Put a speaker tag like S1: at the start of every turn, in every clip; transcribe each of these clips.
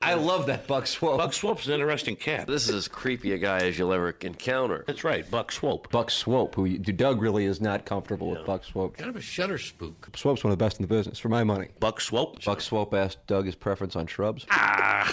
S1: I love that Buck Swope.
S2: Buck Swope's an interesting cat.
S3: This is as creepy a guy as you'll ever encounter.
S2: That's right, Buck Swope.
S1: Buck Swope, who you- Doug really is not comfortable with Buck Swope.
S4: Kind of a shutter spook.
S1: Swope's one of the best in the business, for my money.
S2: Buck Swope.
S1: Buck Swope asked Doug his preference on shrubs.
S5: Ah.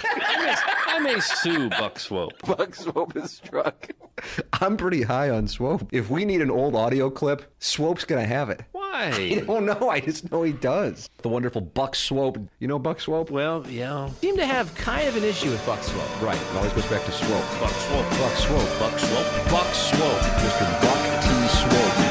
S3: I may sue Ah. Buck Swope.
S1: Buck Swope is struck. I'm pretty high on Swope. If we need an old audio clip, Swope's gonna have it. I
S3: Why?
S1: don't know. I just know he does. The wonderful Buck Swope. You know Buck Swope?
S5: Well, yeah. Seem to have kind of an issue with Buck Swope.
S1: Right. It always goes back to Swope.
S2: Buck Swope.
S1: Buck Swope.
S2: Buck Swope.
S1: Buck Swope. Mr. Buck T. Swope.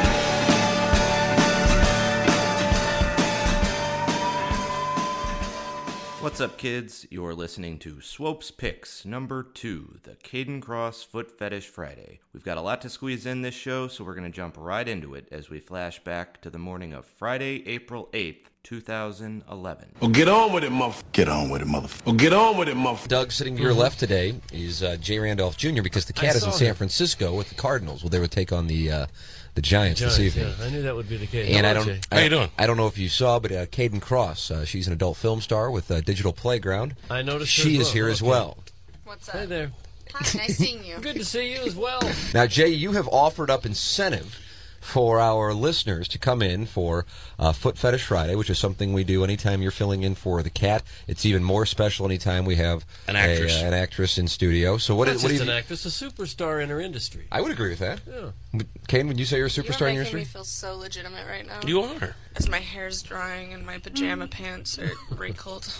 S6: What's up, kids? You're listening to Swope's Picks, number two, the Caden Cross Foot Fetish Friday. We've got a lot to squeeze in this show, so we're going to jump right into it as we flash back to the morning of Friday, April 8th, 2011.
S7: Well, get on with it, motherfucker. Get on with it, motherfucker. Well, get on with it, motherfucker.
S8: Doug sitting to your
S5: Mm-hmm.
S8: left today is uh, Jay Randolph Jr. because the cat is in San Francisco with the Cardinals. Well, they would take on the uh, the Giants,
S5: Giants,
S8: this evening.
S5: yeah, I knew that would be the case.
S8: And I
S5: Hello,
S8: don't,
S5: Jay.
S8: I,
S7: How you doing?
S8: I don't know if you saw, but uh, Caden Cross, uh, she's an adult film star with uh, Digital Playground.
S5: I noticed her
S8: she is
S5: as well.
S8: here as
S5: Okay.
S8: well.
S9: What's
S5: Hey
S9: up?
S5: there.
S9: Hi, nice seeing you.
S5: Good to see you as well.
S8: Now, Jay, you have offered up incentive for our listeners to come in for uh, Foot Fetish Friday, which is something we do anytime you're filling in for the cat. It's even more special anytime we have
S2: An actress.
S8: a, uh, an actress in studio. So what
S5: Not
S8: is what do
S5: just
S8: you?
S5: an actress, a superstar in her industry.
S8: I would agree with that.
S5: Yeah.
S8: Kane, would you say you're a
S9: You're
S8: superstar
S9: making
S8: in your
S9: me
S8: industry?
S9: feel so legitimate right now.
S2: You are.
S9: As my hair's drying and my pajama pants are wrinkled.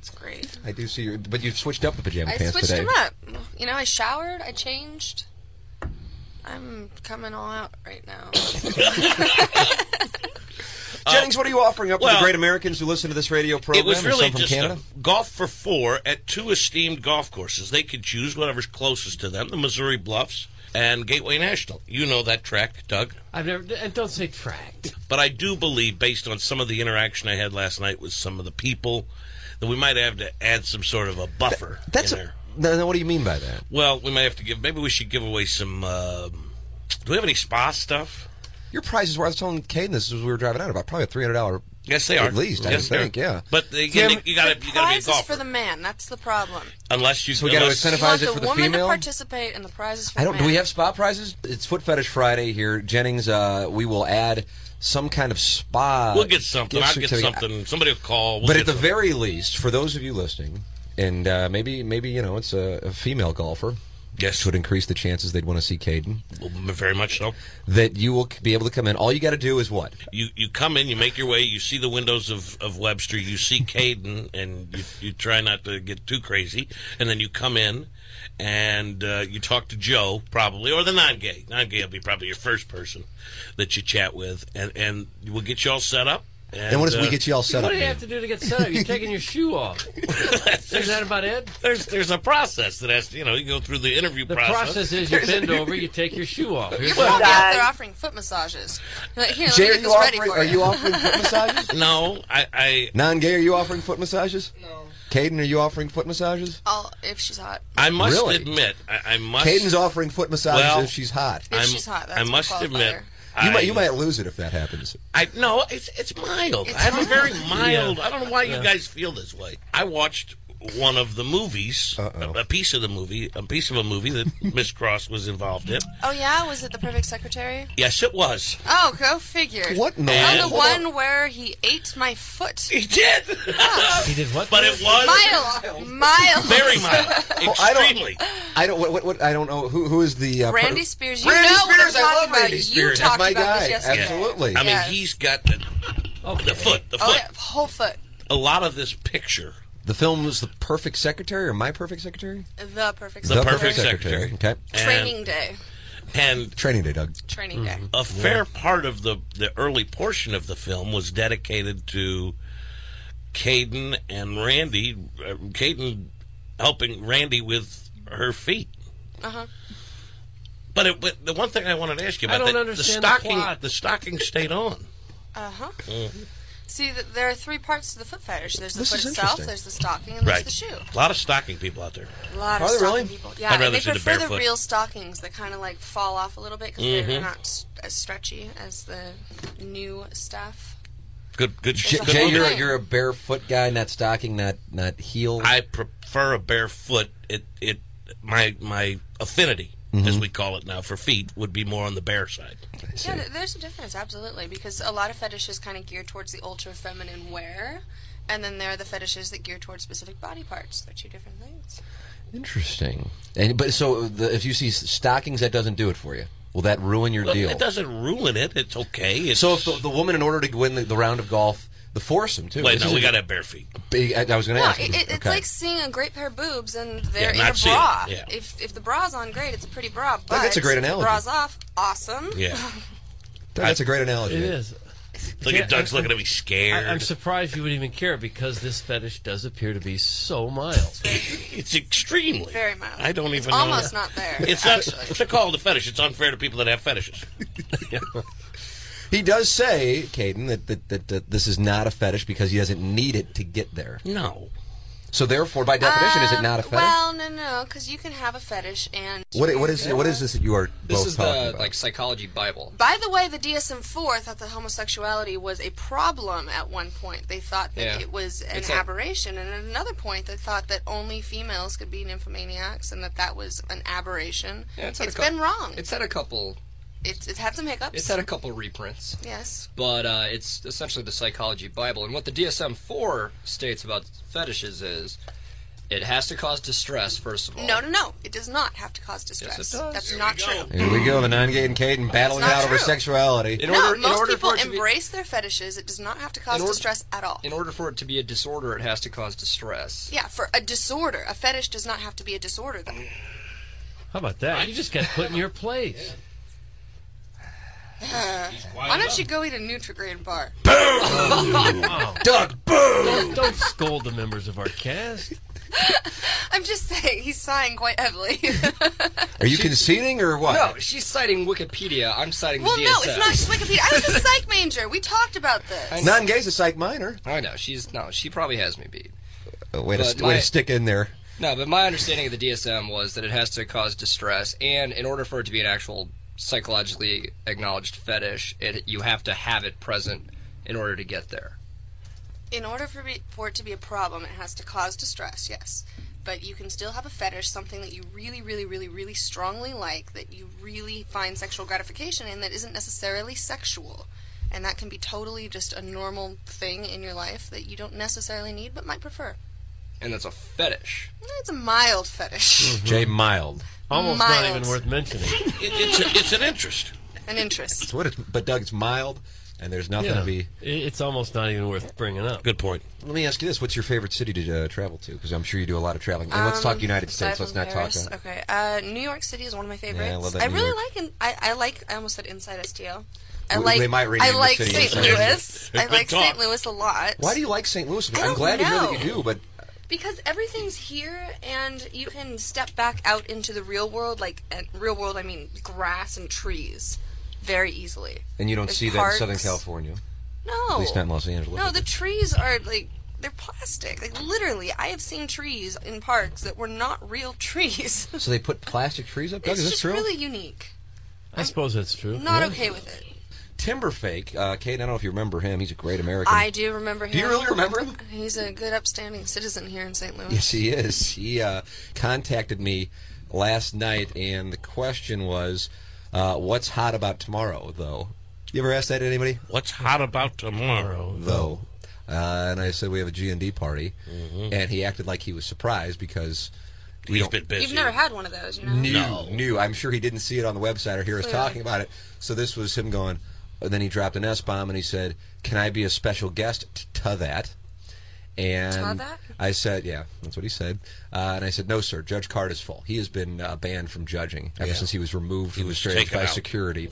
S9: It's great.
S8: I do see you, but you've switched up the pajama
S9: I
S8: pants
S9: switched
S8: today.
S9: them up. You know, I showered, I changed. I'm coming all out right now.
S8: Jennings, what are you offering up to
S2: Uh, well,
S8: the great Americans who listen to this radio program?
S2: It was
S8: and
S2: really
S8: some from
S2: just
S8: Canada.
S2: a golf for four at two esteemed golf courses. They could choose whatever's closest to them the Missouri Bluffs and Gateway National. You know that track, Doug.
S5: I've never. And don't say tracked.
S2: But I do believe, based on some of the interaction I had last night with some of the people, that we might have to add some sort of a buffer
S8: That's
S2: in
S8: a,
S2: there.
S8: no, no, what do you mean by that?
S2: Well, we might have to give. Maybe we should give away some. um do we have any spa stuff?
S8: Your prizes were. I was telling Caden this as we were driving out about probably a three hundred dollar.
S2: Yes, they are.
S8: At least, I
S2: yes,
S8: would
S2: they are.
S8: think, yeah.
S2: But they, you,
S9: The
S2: got to you got to be a
S9: prize is
S2: golfer
S9: for the man. That's the problem.
S2: unless you.
S8: So we gotta
S2: unless-
S8: incentivize-
S9: You want
S8: Prize it
S9: the
S8: for the
S9: woman
S8: female?
S9: to participate, and the prize is for
S8: I
S9: the
S8: don't.
S9: man.
S8: Do we have spa prizes? It's Foot Fetish Friday here, Jennings. Uh, we will add some kind of spa.
S2: We'll get something.
S8: gift
S2: I'll get
S8: certificate.
S2: something. Somebody will call. We'll
S8: but
S2: get
S8: at the
S2: something.
S8: very least, for those of you listening, and uh, maybe maybe you know it's a, a female golfer,
S2: yes,
S8: which would increase the chances they'd want to see Caden.
S2: very much so.
S8: That you will c- be able to come in. All you got to do is what?
S2: You you come in, you make your way, you see the windows of, of Webster, you see Caden, and you, you try not to get too crazy, and then you come in, and uh, you talk to Joe probably, or the non-gay. Non-gay will be probably your first person that you chat with, and and we'll get you all set up. And,
S8: And what does we
S2: uh,
S8: get you all set up?
S5: What do you
S8: man?
S5: have to do to get set up? You're taking your shoe off. Isn't that about it?
S2: There's there's a process that has to you know you go through the interview
S5: The process is you bend over, you take your shoe off. Here's
S9: You're
S5: what-
S9: probably out there offering foot massages. You're like, here, let
S8: Jay,
S9: me
S8: are
S9: get
S8: you
S9: this ready
S8: offering?
S9: for
S8: Are you offering foot massages?
S2: No, I, I
S8: Non-gay, are you offering foot massages?
S9: No.
S8: Caden, are you offering foot massages?
S9: I'll, if she's hot.
S2: I must
S8: Really?
S2: admit I, I must.
S8: Caden's offering foot massages
S2: Well-
S8: if she's hot.
S9: If
S2: I'm-
S9: she's hot, that's
S2: I
S9: my
S2: must admit.
S9: qualifier.
S8: You
S2: I-
S8: might you might lose it if that happens.
S2: I no, it's it's mild.
S9: It's
S2: I have a
S9: mild.
S2: very mild.
S5: Yeah.
S2: I don't know why you guys feel this way. I watched one of the movies, a, a piece of the movie, a piece of a movie that Miss Cross was involved in.
S9: Oh yeah, was it the perfect secretary?
S2: Yes, it was.
S9: Oh, go figure.
S8: What in the
S9: Oh,
S2: world?
S9: the one where he ate my foot.
S2: He did,
S5: He did what?
S2: but it was
S9: Miles, Miles.
S2: very mild,
S8: I don't-
S2: extremely.
S8: I don't. What, what, what I don't know who who is the uh,
S9: Randy
S8: per-
S9: Spears. You
S8: Randy
S9: know what I'm
S8: Spears. I
S9: talking
S8: love
S9: about.
S8: Randy
S9: You
S8: Spears.
S9: talked
S8: That's my
S9: about
S8: guy.
S9: this yesterday.
S8: Absolutely.
S2: I mean,
S9: Yes.
S2: he's got the, the foot, the
S9: Oh
S2: foot.
S9: yeah, whole foot.
S2: A lot of this picture,
S8: the film was the Perfect Secretary or My Perfect Secretary?
S9: The perfect.
S2: The Perfect Secretary.
S8: Okay.
S9: Training day.
S2: and
S8: Training day, Doug.
S9: Training
S5: Mm-hmm.
S9: day.
S8: Mm-hmm.
S2: a fair part of the the early portion of the film was dedicated to Caden and Randy. uh, Caden helping Randy with her feet.
S9: Uh-huh.
S2: But, it, but the one thing I wanted to ask you
S5: I
S2: about
S5: don't
S2: the,
S5: understand the
S2: the stocking
S5: plot.
S2: the stocking stayed on.
S9: Uh huh. See, th- there are three parts to the foot fetish. There's the
S8: Mm. This
S9: foot
S8: is
S9: itself,
S8: interesting.
S9: there's the stocking, and there's the shoe.
S2: A lot of stocking people out there.
S9: A lot
S8: Are
S9: of
S8: they
S9: stocking
S8: really?
S9: people. Yeah,
S2: rather
S9: and they
S2: see the
S9: prefer the,
S2: barefoot.
S9: real stockings that kind of like fall
S8: Mm-hmm.
S9: off a little bit because they're not s- as stretchy as the new stuff.
S2: Good, good.
S8: J-
S2: good
S8: Jay,
S2: look.
S8: you're a,
S9: Okay.
S8: you're a barefoot guy, not stocking, not not heel.
S2: I prefer a barefoot. It it my my affinity,
S8: Mm-hmm.
S2: as we call it now, for feet would be more on the bare side.
S9: Yeah, th- there's a difference, absolutely, because a lot of fetishes kind of gear towards the ultra feminine wear, and then there are the fetishes that gear towards specific body parts. They're two different things.
S8: Interesting. And but so the, if you see s- stockings, that doesn't do it for you. Will that ruin your
S2: Look,
S8: deal?
S2: It doesn't ruin it. It's okay. It's,
S8: So if the, the woman, in order to win the, the round of golf, the foursome too.
S2: wait,
S8: This
S2: no,
S8: is
S2: we
S8: a
S2: got to have bare feet.
S8: big- I, I was going to
S9: No,
S8: ask.
S9: it, it, it's
S8: Okay.
S9: like seeing a great pair of boobs and they're
S2: Yeah,
S9: in
S2: not
S9: a
S2: seeing it,
S9: bra.
S2: yeah.
S9: If if the bra's on, great, it's a pretty bra. But
S8: that's a great
S9: if the
S8: analogy.
S9: bra's off, awesome.
S2: Yeah,
S8: that's a great analogy.
S5: It is.
S2: look
S5: Yeah,
S2: at Doug's
S5: I-
S2: looking at me scared.
S5: I, am surprised you would even care because this fetish does appear to be so mild.
S2: it's extremely
S9: Very mild.
S2: I don't
S9: It's
S2: even know.
S9: almost not there.
S2: It's not
S9: actually.
S2: to call it a fetish. It's unfair to people that have fetishes.
S8: He does say, Caden, that, that, that, that this is not a fetish because he doesn't need it to get there.
S2: No,
S8: So therefore, by definition, is it not a
S9: Um,
S8: fetish?
S9: Well, no, no, because you can have a fetish and
S8: what, what is what is this that you are
S4: This
S8: both
S4: is
S8: talking
S4: the
S8: about?
S4: like psychology Bible.
S9: By the way, the DSM-4 thought that homosexuality was a problem at one point. They thought that
S4: Yeah.
S9: it was an
S4: It's a-
S9: aberration, and at another point, they thought that only females could be nymphomaniacs, and that that was an aberration.
S4: Yeah,
S9: it's
S4: had a cou-
S9: been wrong.
S4: It's had a couple.
S9: it's, it's had some hiccups.
S4: It's had a couple reprints.
S9: yes.
S4: but uh, it's essentially the psychology Bible. And what the DSM 4 states about fetishes is it has to cause distress, first of all.
S9: No, no, no. It does not have to cause distress.
S4: Yes, it does.
S9: That's
S4: Here
S9: not true.
S8: Here we go, the nine gate and Caden battling it
S9: not
S8: out over
S9: true.
S8: sexuality.
S4: In
S9: No,
S4: order, in
S9: most
S4: order
S9: people
S4: for it to be-
S9: embrace their fetishes. It does not have to cause
S4: order-
S9: distress at all.
S4: in order for it to be a disorder, it has to cause distress.
S9: yeah, for a disorder. A fetish does not have to be a disorder, though.
S5: How about that? You just got put in your place.
S9: Why don't you go eat a Nutrigrain bar?
S5: Don't, don't scold the members of our cast.
S9: I'm just saying, he's sighing quite heavily.
S8: Are you conceding or what?
S4: No, she's citing Wikipedia. I'm citing
S9: Well,
S4: the
S9: no,
S4: DSM.
S9: it's not just Wikipedia. I was a psych major. We talked about this.
S8: Nine gays a psych minor.
S4: I know she's no. She probably has me beat.
S8: Oh, way, to,
S4: But
S8: way
S4: my-
S8: to stick in there.
S4: No, but my understanding of the DSM was that it has to cause distress, and in order for it to be an actual psychologically acknowledged fetish, it you have to have it present in order to get there.
S9: In order for, be, for it to be a problem, it has to cause distress, yes. But you can still have a fetish, something that you really, really, really, really strongly like, that you really find sexual gratification in, that isn't necessarily sexual. And that can be totally just a normal thing in your life that you don't necessarily need but might prefer.
S4: and that's a fetish.
S9: It's a mild fetish,
S8: Jay Mild.
S5: Almost not
S9: Mild.
S5: even worth mentioning.
S2: it, it's a, it's an interest.
S9: an interest.
S8: What is, but Doug, it's mild, and there's nothing
S5: Yeah.
S8: to be.
S5: It- It's almost not even worth bringing up.
S2: Good point.
S8: Let me ask you this: What's your favorite city to uh, travel to? Because I'm sure you do a lot of traveling. And
S9: Um,
S8: let's talk United States. Let's not talk. uh,
S9: Okay, uh, New York City is one of my favorites.
S8: Yeah, I love that New
S9: really
S8: York.
S9: like. In, I, I like. I almost said Inside STL. I
S8: Well,
S9: like.
S8: they might rename
S9: I
S8: the
S9: like
S8: city
S9: St.
S8: Inside
S9: Louis. I
S2: Good
S9: like
S2: talk.
S9: St. Louis a lot.
S8: Why do you like St. Louis?
S9: I
S8: I'm
S9: don't
S8: glad you know
S9: know.
S8: that you do, but
S9: Because everything's here, and you can step back out into the real world. Like and real world, I mean grass and trees, very easily.
S8: and you don't
S9: There's
S8: see
S9: parks.
S8: that in Southern California,
S9: No.
S8: at least not in Los Angeles.
S9: No, the trees are like they're plastic. Like literally, I have seen trees in parks that were not real trees.
S8: so they put plastic trees up. Doug,
S9: it's
S8: is this
S9: just
S8: true?
S9: really unique.
S5: I suppose that's true.
S9: Not
S5: Yeah.
S9: okay with it.
S8: Timberfake. Uh, Kate, I don't know if you remember him. He's a great American.
S9: I do remember him.
S8: Do you really remember him?
S9: He's a good, upstanding citizen here in St. Louis.
S8: Yes, he is. He uh, contacted me last night, and the question was, uh, "What's hot about tomorrow?" Though, you ever asked that to anybody?
S2: What's hot about tomorrow?
S8: Though, uh, and I said we have a G and D party, and he acted like he was surprised because we
S2: Mm-hmm. He's
S8: don't
S2: been busy.
S9: You've never had one of those, you know?
S8: knew
S2: No.
S8: knew. I'm sure he didn't see it on the website or hear us
S9: Clearly.
S8: talking about it. So this was him going. And then he dropped an S bomb, and he said, "Can I be a special guest t- to that?" And
S9: To that?
S8: I said, "Yeah, that's what he said." Uh, and I said, "No, sir. Judge Card is full. He has been uh, banned from judging ever since he was removed from the
S2: was
S8: stage
S2: taken
S8: by
S2: out.
S8: security."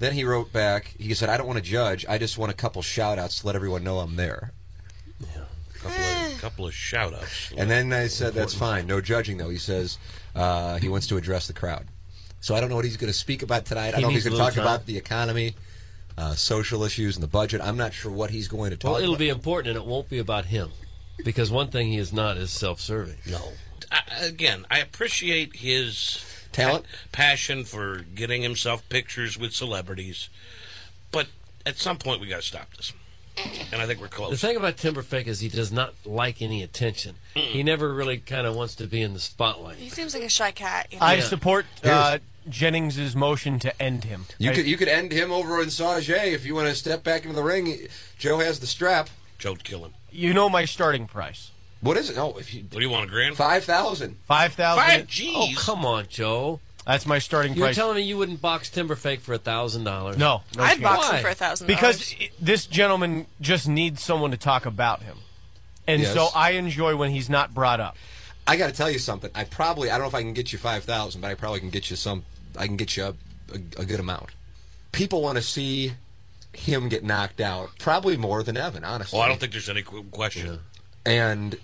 S8: Then he wrote back. He said, "I don't want to judge. I just want a couple shout outs to let everyone know I'm there."
S9: Eh,
S2: couple of, couple of shout outs.
S8: And then I said, "That's fine. No judging, though." He says uh, he wants to address the crowd. So I don't know what he's going to speak about tonight. I don't
S5: He
S8: know if he's
S5: needs
S8: going
S5: a
S8: to
S5: little
S8: talk
S5: time.
S8: about the economy, uh, social issues, and the budget. I'm not sure what he's going to talk.
S5: Well, it'll
S8: about.
S5: be important, and it won't be about him, because one thing he is not is self-serving.
S2: No. I, again, I appreciate his
S8: Talent?
S2: pa- passion for getting himself pictures with celebrities, but at some point we got to stop this. and I think we're
S5: The
S2: close.
S5: thing about Timberlake is he does not like any attention. He never really kind of wants to be in the spotlight.
S9: He seems like a shy cat. You know?
S10: I
S5: Yeah.
S10: support uh, Jennings's motion to end him.
S8: You
S10: I-
S8: could you could end him over in Sage if you want to step back into the ring. Joe has the strap.
S2: Joe, kill him.
S10: you know my starting price
S8: What is it? Oh, if you
S2: What do you want, a grand?
S8: five thousand.
S10: five
S2: Five
S10: thousand.
S2: G's.
S5: Oh come on, Joe!
S10: That's my starting
S5: You're
S10: price.
S5: telling me you wouldn't box Timberlake for a thousand dollars?
S10: no, no
S9: I'd
S10: chance.
S9: box
S5: Why?
S9: him for a thousand
S10: because i- this gentleman just needs someone to talk about him, and
S8: Yes.
S10: so uh, I enjoy when he's not brought up.
S8: I got to tell you something. I probably I don't know if I can get you five thousand, but I probably can get you some. I can get you a, a, a good amount. People want to see him get knocked out, probably more than Evan, honestly.
S2: Well, I don't think there's any qu- question.
S8: And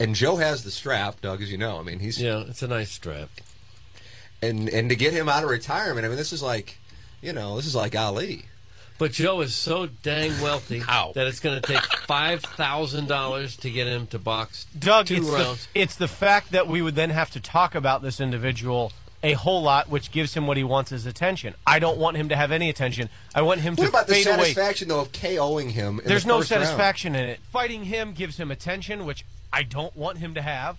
S8: and Joe has the strap, Doug, as you know. I mean, he's
S5: Yeah, it's a nice strap.
S8: and and to get him out of retirement. I mean, this is like, you know, this is like Ali.
S5: But Joe is so dang wealthy
S2: How?
S5: that it's going to take five thousand dollars to get him to box
S10: Doug,
S5: two
S10: it's the,
S5: rounds.
S10: it's the fact that we would then have to talk about this individual a whole lot, which gives him what he wants as attention. I don't want him to have any attention. I want him
S8: What
S10: to
S8: about the
S10: fade away.
S8: satisfaction though of KOing him? In
S10: There's
S8: the
S10: no
S8: first round?
S10: satisfaction in it. Fighting him gives him attention, which I don't want him to have.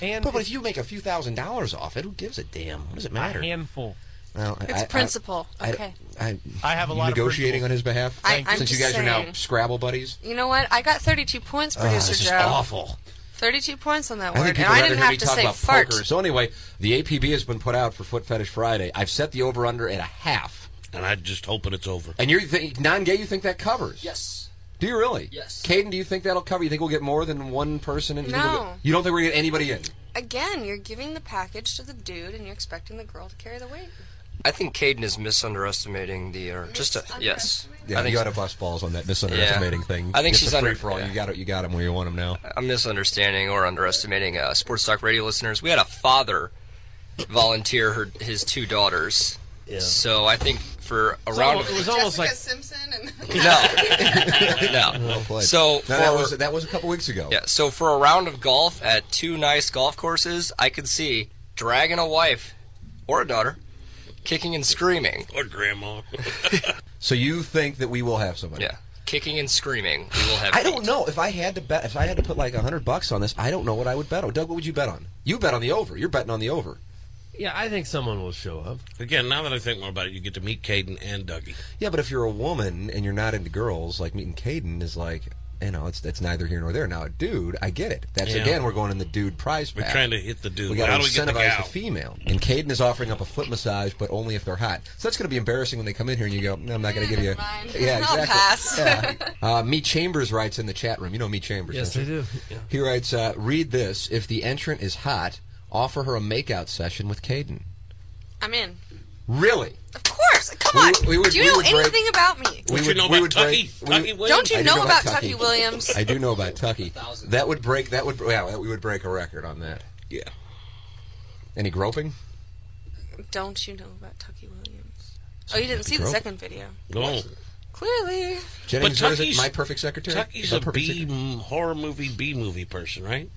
S10: And
S8: But, but
S10: it's
S8: if you make a few thousand dollars off it, who gives a damn? What does it
S10: a
S8: matter?
S10: handful.
S8: Well, I-
S9: It's
S8: I-
S9: principle.
S8: I-
S9: okay.
S8: I,
S10: I have a
S8: you
S10: lot of
S8: negotiating
S10: principles.
S8: on his behalf.
S9: I- Thank I'm
S8: since you guys
S9: just
S8: are now
S9: saying.
S8: Scrabble buddies.
S9: you know what? I got 32 points,
S8: Ah,
S9: producer
S8: this is
S9: Joe.
S8: awful.
S9: 32 points on that
S8: I
S9: word,
S8: think
S9: and
S8: people are
S9: I
S8: going
S9: didn't
S8: to hear me
S9: have to
S8: talk
S9: say
S8: about
S9: fart.
S8: poker. So anyway, the APB has been put out for Foot Fetish Friday. I've set the over under at a half,
S2: And I'm just hoping it's over.
S8: and you're think, non-gay. You think that covers?
S4: Yes.
S8: Do you really?
S4: Yes.
S8: Caden, do you think that'll cover? You think we'll get more than one person in? You think we'll
S9: No.
S8: get- you don't think we're going to get anybody in?
S9: Again, you're giving the package to the dude, and you're expecting the girl to carry the weight.
S4: I think Caden is misunderestimating the or just a, yes.
S8: Yeah,
S4: I think
S8: you got to bust balls on that misunderestimating
S4: Yeah.
S8: thing.
S4: I think
S8: It's
S4: she's
S8: a
S4: under-
S8: free-for-all. You
S4: yeah.
S8: got it. You got him where you want him now.
S4: I'm misunderstanding or underestimating uh, sports talk radio listeners. We had a father volunteer her, his two daughters. So I think for a round
S5: It was
S4: of
S5: almost like
S9: Simpson and
S4: no, no.
S8: Play.
S4: So
S8: No, that
S4: for-
S8: was that was a couple weeks ago.
S4: Yeah, so for a round of golf at two nice golf courses, I could see dragging a wife or a daughter, kicking and screaming.
S2: Or grandma.
S8: So you think that we will have somebody?
S4: Yeah, kicking and screaming. We will have.
S8: I don't
S4: heat.
S8: know if I had to bet. If I had to put like hundred bucks on this, I don't know what I would bet on. Doug, what would you bet on? You bet on the over. You're betting on the over.
S5: yeah. I think someone will show up.
S2: Again, now that I think more about it, you get to meet Caden and Dougie.
S8: Yeah, but if you're a woman and you're not into girls, like meeting Caden is like, you know, it's that's neither here nor there. Now, a dude, I get it. That's
S2: Yeah.
S8: again, we're going in the dude prize
S2: We're
S8: pack.
S2: trying to hit the dude.
S8: We
S2: How
S8: got
S2: do
S8: to
S2: we get the
S8: incentivize the,
S2: gal?
S8: female. And Caden is offering up a foot massage, but only if they're hot. So that's going to be embarrassing when they come in here and you go, no, I'm not going to give you. a-"
S9: Never mind.
S8: Yeah,
S9: I'll
S8: exactly.
S9: pass.
S8: Yeah. Uh, Meet Chambers writes in the chat room. You know Meet Chambers.
S5: Yes,
S8: don't
S5: they
S8: you?
S5: do. Yeah.
S8: He writes, uh, read this. If the entrant is hot, offer her a makeout session with Caden.
S9: I'm in.
S8: Really?
S9: Of course. Come
S8: We
S9: on.
S8: would- we would-
S9: Do you
S8: we
S9: know
S8: would break-
S9: anything about me?
S2: Don't you know about Tucky?
S8: we would-
S2: Tucky Williams?
S9: Don't
S8: I do
S9: you know about Tucky Williams?
S8: I do know about Tucky. That would break. That would. Yeah, we would break a record on that.
S2: Yeah.
S8: Any groping?
S9: Don't you know about Tucky Williams? Oh, you didn't see the
S8: Girl.
S9: second video.
S2: No.
S9: Clearly.
S8: Jennings
S2: But
S8: what is it?
S2: Tucky's-
S8: my perfect secretary.
S2: Tucky's
S8: My
S2: a
S8: perfect
S2: B
S8: secretary?
S2: m- horror movie, B movie person, right?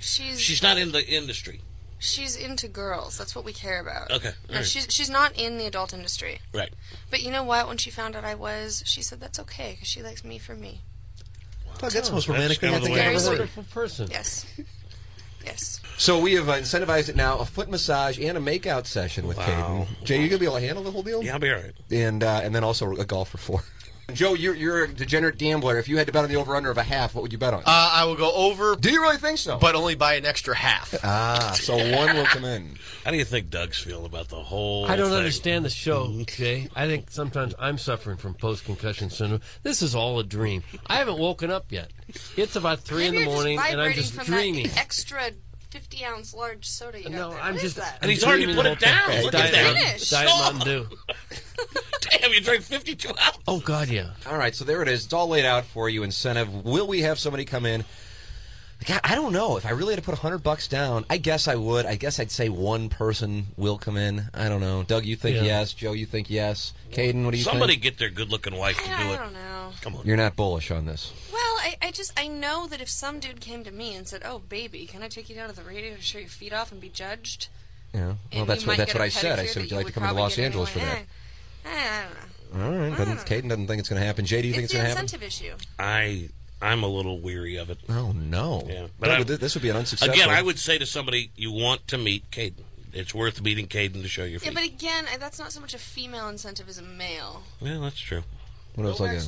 S9: She's
S2: She's not in the industry.
S9: she's into girls. That's what we care about.
S2: Okay, all
S9: And
S2: right.
S9: She's she's not in the adult industry.
S2: Right.
S9: But you know what? When she found out I was, she said that's okay because she likes me for me.
S8: Tuck, that's the most
S2: That's
S8: romantic thing I
S2: kind of
S8: think
S2: the
S8: I've
S9: way-
S8: ever heard.
S5: Wonderful person.
S9: Yes. yes.
S8: So we have uh, incentivized it now: a foot massage and a makeout session with
S2: Wow.
S8: Caden. Jay, you gonna be able to handle the whole deal?
S2: Yeah, I'll be all right.
S8: And uh, and then also a golf for four. Joe, you're, you're a degenerate gambler. If you had to bet on the over under of a half, what would you bet on?
S11: Uh, I will go over,
S8: do you really think so?
S11: but only by an extra half.
S5: Uh,
S8: ah, so one will come in.
S2: How do you think Doug's feel about the whole
S5: I don't
S2: thing?
S5: understand the show, Jay. I think sometimes I'm suffering from post concussion syndrome. This is all a dream. I haven't woken up yet. It's about three in
S9: Maybe
S5: the
S9: you're
S5: morning, and I'm
S9: vibrating
S5: just
S9: from
S5: dreaming.
S9: That extra fifty ounce large soda. You got
S5: No,
S9: there.
S5: I'm
S9: What is
S5: just.
S9: that?
S2: And he's already
S5: dreaming
S2: put
S5: the
S2: it
S5: whole
S2: down.
S5: time.
S2: Look
S5: Diet
S2: at that.
S5: Mountain-
S9: Finish.
S5: Diet Mountain Dew.
S2: Damn, you drank 52 ounces.
S5: Oh God, yeah.
S8: All right, so there it is. It's all laid out for you. Incentive. Will we have somebody come in? God, I don't know. If I really had to put hundred bucks down, I guess I would. I guess I'd say one person will come in. I don't know. Doug, you think
S5: Yeah.
S8: yes. Joe, you think yes. Caden, what do you
S2: Somebody
S8: think?
S2: get their good looking wife to
S9: I,
S2: do
S9: I
S2: it.
S9: don't know.
S2: Come on.
S8: You're not bullish on this.
S9: Well, I, I just I know that if some dude came to me and said, "Oh, baby, can I take you down to the radio to show your feet off and be judged?"
S8: Yeah. Well,
S9: And
S8: that's
S9: you
S8: what
S9: might
S8: that's
S9: get
S8: what
S9: a
S8: I said. I
S9: pedicure
S8: said,
S9: that
S8: would you like to
S9: would
S8: come to
S9: probably
S8: Los
S9: get
S8: Angeles for
S9: anyway.
S8: that?
S9: Eh, eh, I don't know.
S8: All right, but Caden doesn't think it's going to happen. Jay, do you think
S9: It's
S8: it's
S9: the
S8: going to happen?
S9: incentive issue.
S2: I I'm a little weary of it.
S8: Oh no!
S2: Yeah,
S8: No,
S2: I-
S8: but thi- this would be an unsuccessful.
S2: Again, I would say to somebody, you want to meet Caden. It's worth meeting Caden to show your
S9: Yeah,
S2: feet.
S9: but again, I- that's not so much a female incentive as a male.
S2: Yeah, that's true.
S8: What else I got?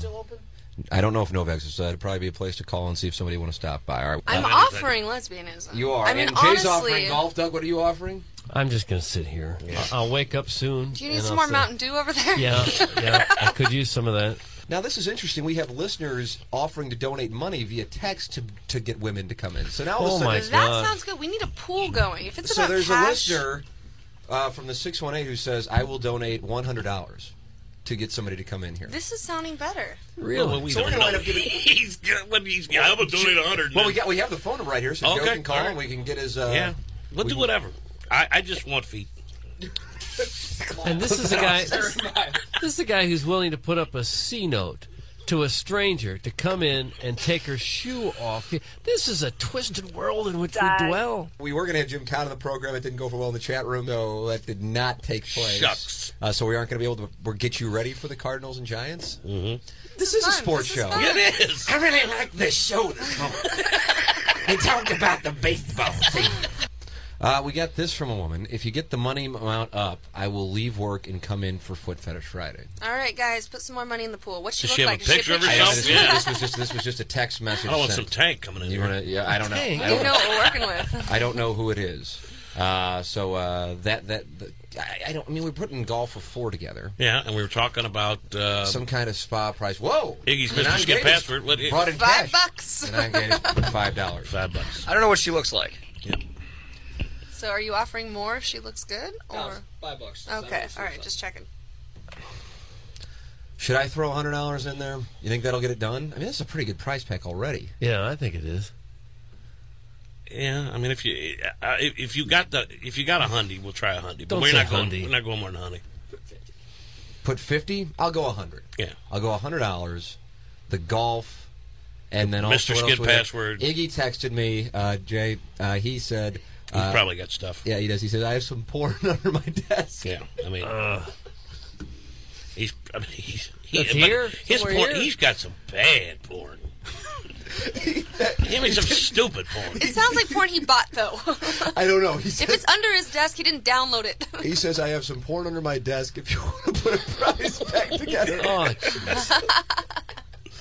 S8: I don't know if Novak's is. Uh, it'd probably be a place to call and see if somebody want to stop by. All right.
S9: I'm
S8: Uh,
S9: offering lesbianism.
S8: You are.
S9: I mean,
S8: and Jay's
S9: honestly,
S8: offering golf. Doug, what are you offering?
S5: I'm just going to sit here. I- I'll wake up soon.
S9: Do you need
S5: and
S9: some
S5: I'll
S9: more
S5: sit-
S9: Mountain Dew over there?
S5: Yeah, yeah. I could use some of that.
S8: Now this is interesting. We have listeners offering to donate money via text to, to get women to come in. So now all
S5: Oh,
S8: of a
S5: my
S8: sudden,
S9: That sounds good. We need a pool going. If it's
S8: so
S9: about
S8: there's
S9: cash,
S8: a listener uh, from the six one eight who says, "I will donate one hundred dollars to get somebody to come in here."
S9: this is sounding better.
S8: Really? Well, we So we're don't gonna know. wind up giving-
S2: he's got, when he's got, I'm gonna donate a hundred.
S8: Well, we got we have the phone number right here, so Joe
S2: Okay,
S8: can call
S2: all right.
S8: and we can get his. Uh,
S2: yeah, we'll
S8: we-
S2: do whatever. I, I just want feet.
S5: And this is a guy. This is a guy who's willing to put up a C note to a stranger to come in and take her shoe off. This is a twisted world in which we dwell.
S8: We were going to have Jim Cott on the program. It didn't go for well in the chat room, though. That did not take place.
S2: Shucks.
S8: Uh, so we aren't going to be able to we'll get you ready for the Cardinals and Giants.
S2: Mm-hmm.
S8: This, is, a sports show.
S2: It is.
S12: I really like this show this morning. they talked about the baseball team.
S8: Uh, we got this from a woman. If you get the money amount up, I will leave work and come in for Foot Fetish Friday.
S9: All right, guys, put some more money in the pool. What's she
S2: Does
S9: look
S2: she have
S9: like?
S2: a
S9: Does she
S2: picture of
S9: pictures?
S2: herself?
S8: This,
S2: Yeah.
S8: this was just this was just a text message.
S2: I want
S8: sent.
S2: some tank coming in.
S8: You
S2: here.
S8: wanna- yeah, I don't know.
S9: You
S8: I
S9: don't
S8: don't
S9: know what we're working with.
S8: I don't know who it is. Uh, so uh, that that the, I, I don't. I mean, we're putting golf for four together.
S2: Yeah, and we were talking about uh,
S8: Some kind of spa price. Whoa!
S2: Iggy's
S8: And
S2: Mr.
S8: I'm
S2: Skip
S8: Gator's
S2: Password. What-
S8: brought in
S4: Five
S8: cash.
S9: bucks.
S8: And I gave it five dollars.
S2: Five bucks.
S4: I don't know what she looks like.
S9: So, are you offering more if she looks good? Or
S4: No, five bucks.
S9: Okay, all right, just checking.
S8: Should I throw hundred dollars in there? You think that'll get it done? I mean, that's a pretty good price pack already.
S5: Yeah, I think it is.
S2: Yeah, I mean, if you uh, if if you got the if you got a hundy, we'll try a hundy. But
S8: Don't
S2: we're
S8: say
S2: not going.
S8: hundy.
S2: We're not going more than hundy.
S8: Put fifty. I'll go hundred.
S2: Yeah.
S8: I'll go hundred dollars. The golf, and then also
S2: Mr.
S8: what else
S2: Skid
S8: was it?
S2: Password.
S8: Iggy texted me. Uh, Jay. Uh, he said
S2: He's
S8: uh,
S2: probably got stuff.
S8: Yeah, he does. He says I have some porn under my desk.
S2: Yeah, I mean, he's I mean, he's Uh, he,
S8: That's
S2: but
S8: here?
S2: His
S8: Somewhere
S2: porn.
S8: here?
S2: He's got some bad porn. Give me some stupid porn.
S9: It sounds like porn he bought, though.
S8: I don't know. He
S9: if it's under his desk, he didn't download it.
S8: He says I have some porn under my desk. If you want to put a price back together,
S5: Oh,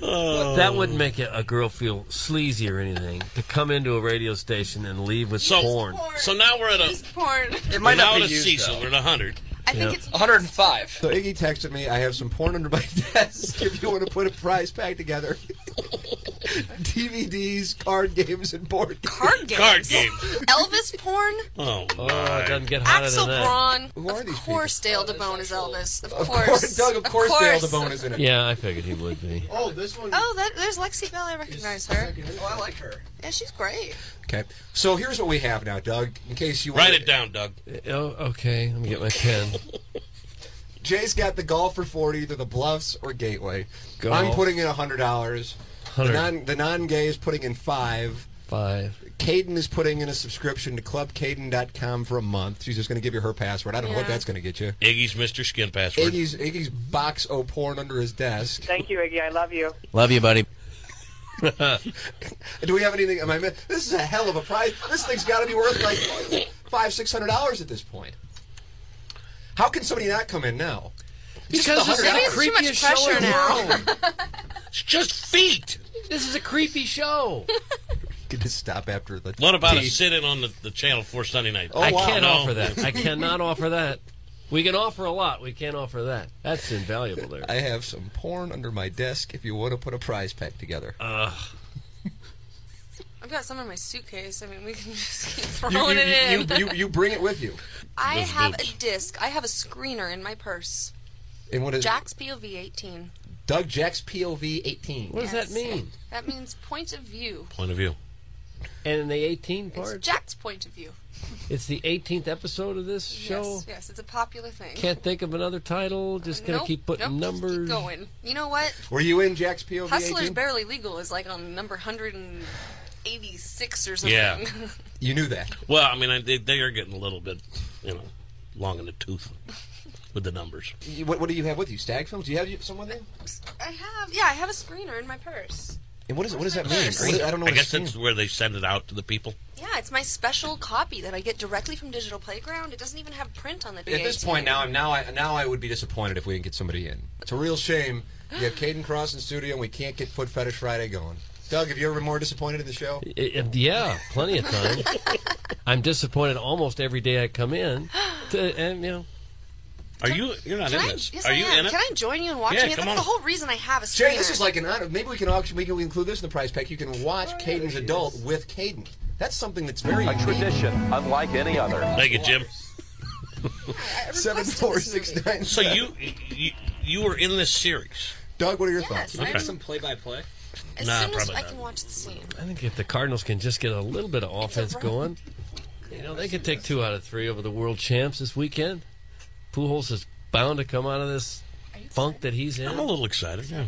S5: That wouldn't make a, a girl feel sleazy or anything to come into a radio station and leave with
S2: So-
S5: porn.
S2: So now we're at a.
S9: porn.
S4: It
S2: we're
S4: might
S2: now
S4: not be
S2: at a
S4: used,
S2: Cecil.
S4: though.
S2: We're at a hundred.
S9: I
S8: think
S9: it's
S4: 105.
S8: So Iggy texted me, I have some porn under my desk if you want to put a prize pack together. DVDs, card games, and board games.
S9: Card games? Card games. Elvis porn?
S2: Oh,
S5: oh it doesn't get hotter
S9: Axel
S5: than that.
S9: Braun.
S8: Uh, Who are
S9: of
S8: these
S9: course, Dale DeBone is Elvis. Of,
S8: Of
S9: course.
S8: course, Doug, of course Dale DeBone is in it.
S5: Yeah, I figured he would be.
S9: Oh, this one. Oh, that, there's Lexi Bell. I recognize her. Oh, I like her. Yeah, she's great.
S8: Okay, so here's what we have now, Doug. In case you
S2: Write
S8: want
S2: it down, Doug.
S5: Oh, okay. Let me get my pen.
S8: Jay's got the golf for 40, either the bluffs or gateway.
S5: Golf.
S8: I'm putting in $100. The,
S5: 100.
S8: non, the non-gay is putting in 5
S5: Five.
S8: Caden is putting in a subscription to clubcaden.com for a month. She's just going to give you her password. I don't know what
S2: Yeah.
S8: that's going to get you.
S2: Iggy's Mr. Skin Password.
S8: Iggy's, Iggy's box o porn under his desk.
S13: Thank you, Iggy. I love you.
S5: Love you, buddy.
S8: Do we have anything? Am I? mi- This is a hell of a prize. This thing's got to be worth like five, six hundred dollars at this point. How can somebody not come in now? It's just
S5: Because it's
S8: $100.
S5: the creepiest show in the world.
S2: it's just feet.
S5: This is a creepy show.
S8: Could just stop after the.
S2: What about a
S8: tea.
S2: sit in on the, the channel for Sunday night?
S8: Oh,
S5: I can't
S2: Oh, No.
S5: offer that. I cannot offer that. We can offer a lot. We can't offer that. That's invaluable there.
S8: I have some porn under my desk. If you want to put a prize pack together,
S5: uh,
S9: I've got some in my suitcase. I mean, we can just keep
S8: you,
S9: throwing
S8: you,
S9: it in.
S8: you, you, you bring it with you.
S9: I
S8: Those
S9: have
S8: boobs.
S9: a disc. I have a screener in my purse.
S8: And what is
S9: Jack's POV 18.
S8: Doug Jack's POV eighteen?
S9: Yes. That means point of view.
S2: Point of view.
S5: and in the 18
S9: It's
S5: part,
S9: Jack's point of view.
S5: it's the 18th episode of this show.
S9: Yes, yes, it's a popular thing.
S5: Can't think of another title. Just gonna
S9: Nope,
S5: keep putting
S9: nope, just
S5: numbers.
S9: Keep going. You know what?
S8: Were you in Jack's POV
S9: Hustlers
S8: eighteen?
S9: barely legal is like on number 186 or something.
S2: Yeah.
S8: You knew that.
S2: Well, I mean, I, they, they are getting a little bit, you know, long in the tooth. with the numbers.
S8: You- What, what do you have with you? Stag films? Do you have you- someone there?
S9: I have, yeah, I have a screener in my purse.
S8: And what is what does that
S9: Where's
S8: mean?
S9: my
S8: What- I don't know.
S2: I
S8: what
S2: guess
S8: it's mean.
S2: that's where they send it out to the people.
S9: Yeah, it's my special copy that I get directly from Digital Playground. It doesn't even have print on the.
S8: At this point now, I'm now I now I would be disappointed if we didn't get somebody in. It's a real shame. We have Caden Cross in studio and we can't get Foot Fetish Friday going. Doug, have you ever been more disappointed in the show?
S5: I- I- yeah, plenty of times. I'm disappointed almost every day I come in, to, and you know.
S2: Are you? You're not
S9: Can I, yes, I am. Can I join you in watching
S5: Yeah,
S9: it?
S5: come on.
S9: That's the whole reason I have a screener.
S8: Jay, this is like an honor. Maybe we can auction. We can include this in the prize pack. You can watch Caden's adult with Caden. That's something that's very a tradition, unlike any other.
S2: Thank you, Jim.
S8: Seven four six nine.
S2: So you, you you were in this series.
S8: Doug, what are your
S9: yes, I
S2: Okay.
S9: have some
S11: play-by-play.
S9: As
S5: Nah,
S9: soon as
S5: probably
S9: I
S5: not.
S9: can watch the scene.
S5: I think if the Cardinals can just get a little bit of offense
S9: run.
S5: going, you know, they could take two out of three over the world champs this weekend. Pujols is bound to come out of this funk that he's in. I'm a
S2: little excited. Yeah.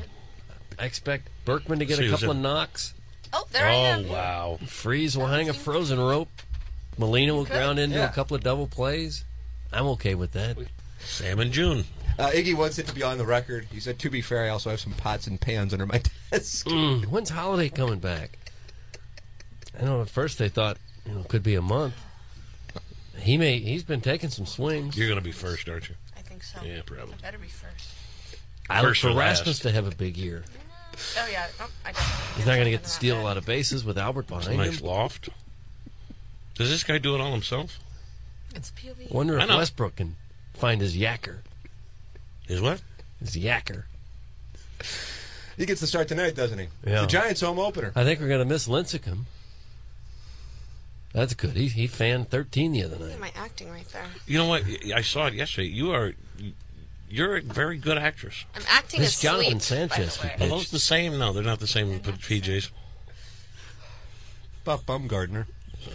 S5: I expect Berkman to get
S2: See
S5: a
S2: who's
S5: couple
S2: in.
S5: of knocks.
S9: Oh, there I
S5: oh,
S9: am.
S2: wow.
S5: Freeze will hang a frozen rope. Molina will
S9: Good.
S5: ground into
S9: Yeah.
S5: a couple of double plays. I'm okay with that.
S2: Sam and June.
S8: Uh, Iggy wants it to be on the record. He said, "To be fair, I also have some pots and pans under my desk."
S5: Mm, when's Holiday coming back? I know at first they thought, you know, it could be a month. He may he's been taking some swings.
S2: You're going to be first, aren't you?
S9: I think so.
S2: Yeah, probably.
S9: I better be first.
S5: I look
S2: First
S5: for
S2: or last.
S5: Rasmus to have a big year.
S9: Oh yeah, oh, I definitely
S5: He's not going to get to steal a lot of bases with Albert
S2: It's
S5: behind
S2: a nice
S5: him.
S2: loft. Does this guy do it all himself?
S9: It's POV.
S5: Wonder
S2: I
S5: if
S2: know.
S5: Westbrook can find his yacker.
S2: His what?
S5: His yacker.
S8: He gets the start tonight, doesn't he?
S5: Yeah.
S8: The Giants home opener.
S5: I think we're going to miss Lincecum. That's good. He he fanned 13 the other night.
S9: Look at my acting right there.
S2: You know what? I saw it yesterday. You are, you're a very good actress.
S9: I'm acting
S5: This
S9: as
S5: Jonathan
S9: sleep, by the
S5: Sanchez.
S9: way.
S2: Are those the same? No, they're not the same PJs.
S8: Bob Bumgardner.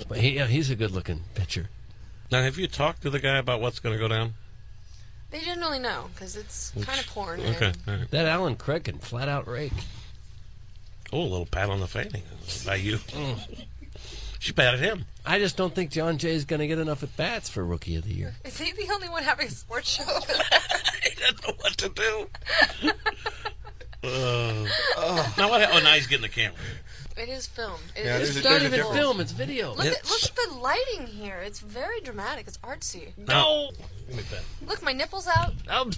S5: But he, yeah, he's a good looking pitcher.
S2: Now, have you talked to the guy about what's going to go down?
S9: They didn't really know because it's kind of porn.
S2: Okay.
S9: and-
S2: all right.
S5: That Alan Craig can flat out rake.
S2: Oh, a little pat on the fanny by you. She patted him.
S5: I just don't think John Jay is going to get enough at bats for Rookie of the Year.
S9: Is he the only one having a sports show? over there?
S2: I don't know what to do. Uh, Now what? Oh, now he's getting the camera.
S9: it is film. It,
S2: Yeah,
S9: it's
S2: there's a-
S5: Not
S2: there's a
S5: even
S2: difference.
S5: film; it's video.
S9: Look at, look at the lighting here. It's very dramatic. It's artsy.
S2: No. Give me that.
S9: Look, my nipples out.
S5: Um,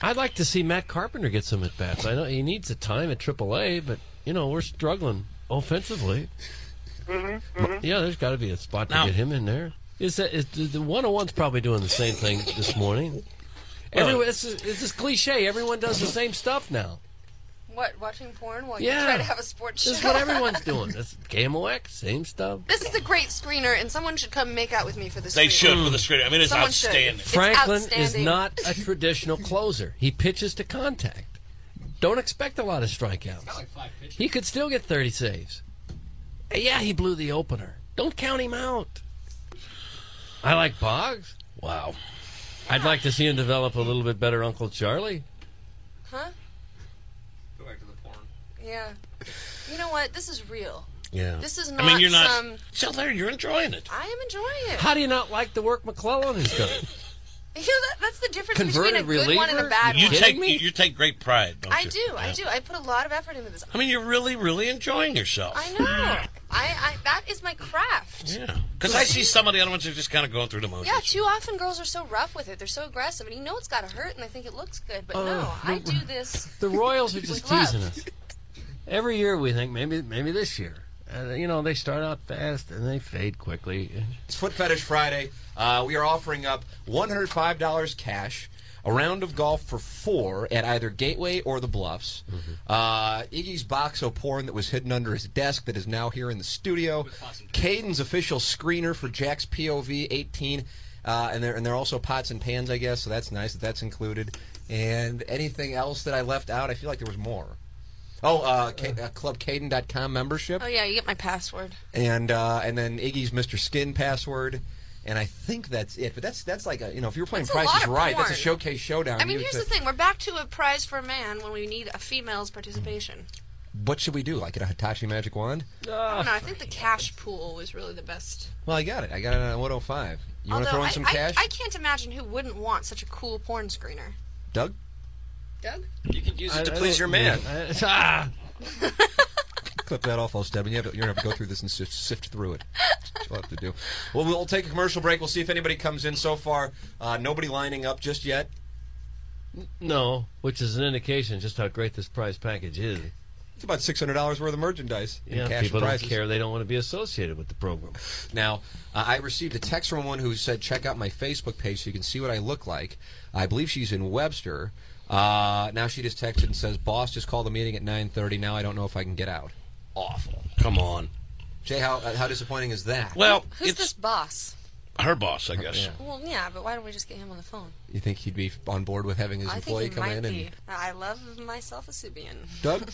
S5: I'd like to see Matt Carpenter get some at bats. I know he needs the time at AAA, but you know we're struggling offensively.
S9: Mm-hmm.
S2: Mm-hmm.
S5: Yeah, there's got to be a spot to
S2: Now-
S5: get him in there. Is that is, the the 101's probably doing the same thing this morning? Everyone, it's, it's this cliche. Everyone does the same stuff now.
S9: What? Watching porn while you
S5: Yeah.
S9: try to have a sports
S5: This
S9: show.
S5: is what everyone's doing. It's KMOX, same stuff.
S9: This is a great screener, and someone should come make out with me for this.
S2: They
S9: screener.
S2: should for the screen. I mean, it's
S9: Someone should.
S2: outstanding.
S9: It's
S5: Franklin is
S9: outstanding.
S5: not a traditional closer. He pitches to contact. Don't expect a lot of strikeouts. He could still get 30 saves. Uh, Yeah, he blew the opener. Don't count him out. I like Boggs. Wow. I'd like to see him develop a little bit better Uncle Charlie.
S9: Huh?
S11: Go back to the porn.
S9: Yeah. You know what? This is real.
S2: Yeah.
S9: This is
S2: I mean,
S9: not
S2: you're not.
S9: some-
S2: Still there. You're enjoying it.
S9: I am enjoying it.
S5: How do you not like the work McClellan has done?
S9: You know, that, that's the difference
S5: Converted
S9: between a good one and a
S5: reliever?
S9: bad
S2: You
S9: one.
S2: take you, you take great pride. Don't
S9: I
S2: you?
S9: do. I
S2: Yeah.
S9: do. I put a lot of effort into this.
S2: I mean, you're really, really enjoying yourself.
S9: I know. I, I that is my craft.
S2: Yeah. Because I see some of the other ones are just kind of going through the motions.
S9: Yeah, too often girls are so rough with it. They're so aggressive, and you know it's got to hurt, and they think it looks good. But no,
S5: Oh,
S9: I
S5: the-
S9: do this.
S5: The Royals are just
S9: With love.
S5: teasing us. Every year we think maybe maybe this year. Uh, you know, they start out fast and they fade quickly.
S8: It's Foot Fetish Friday. Uh, we are offering up $105 cash, a round of golf for four at either Gateway or the Bluffs. Uh, Iggy's box of porn that was hidden under his desk that is now here in the studio. Caden's official screener for Jack's POV 18. Uh, and they're and they're also pots and pans, I guess. So that's nice that that's included. And anything else that I left out? I feel like there was more. Oh, uh, Ca uh, clubcaden.com membership
S9: Oh yeah, you get my password.
S8: and uh, and then Iggy's Mr. Skin password. And I think that's it. But that's that's like a you know if you're playing
S9: That's a lot
S8: Price is
S9: of
S8: Right, that's a
S9: porn.
S8: showcase showdown.
S9: I mean,
S8: You
S9: here's
S8: would
S9: the
S8: say,
S9: thing: we're back to a prize for a man when we need a female's participation.
S8: What should we do? Like get a Hitachi magic wand?
S9: I don't know. I think the cash pool was really the best.
S8: Well, I got it. I got it on 105. You want to
S9: Although
S8: throw in
S9: I-
S8: some
S9: I,
S8: cash,
S9: I can't imagine who wouldn't want such a cool porn screener.
S8: Doug?
S9: Doug?
S4: You can use
S8: I-
S4: it to
S8: I
S4: please
S8: don't-
S4: your man.
S8: I-
S5: Ah.
S8: Clip that off, I'll step in. You have, you're going to have to go through this and sift, sift through it. That's what you'll have to do. Well, we'll take a commercial break. We'll see if anybody comes in so far. Uh, nobody lining up just yet.
S5: No, which is an indication just how great this prize package is.
S8: It's about $600 worth of merchandise in
S5: Yeah,
S8: cash
S5: people
S8: prizes.
S5: don't care. They don't want to be associated with the program.
S8: Now, uh, I received a text from one who said, "Check out my Facebook page so you can see what I look like." I believe she's in Webster. Uh, now she just texted and says, "Boss just called a meeting at 9:30. Now I don't know if I can get out." Awful.
S2: Come on,
S8: Jay. How uh, how disappointing is that?
S2: Well,
S9: Who's this boss?
S2: her boss, I guess.
S9: Well, yeah, but why don't we just get him on the phone?
S8: You think he'd be on board with having his
S9: I think
S8: employee
S9: he
S8: come
S9: might
S8: in
S9: be.
S8: and
S9: I love myself a Sibian.
S8: Doug?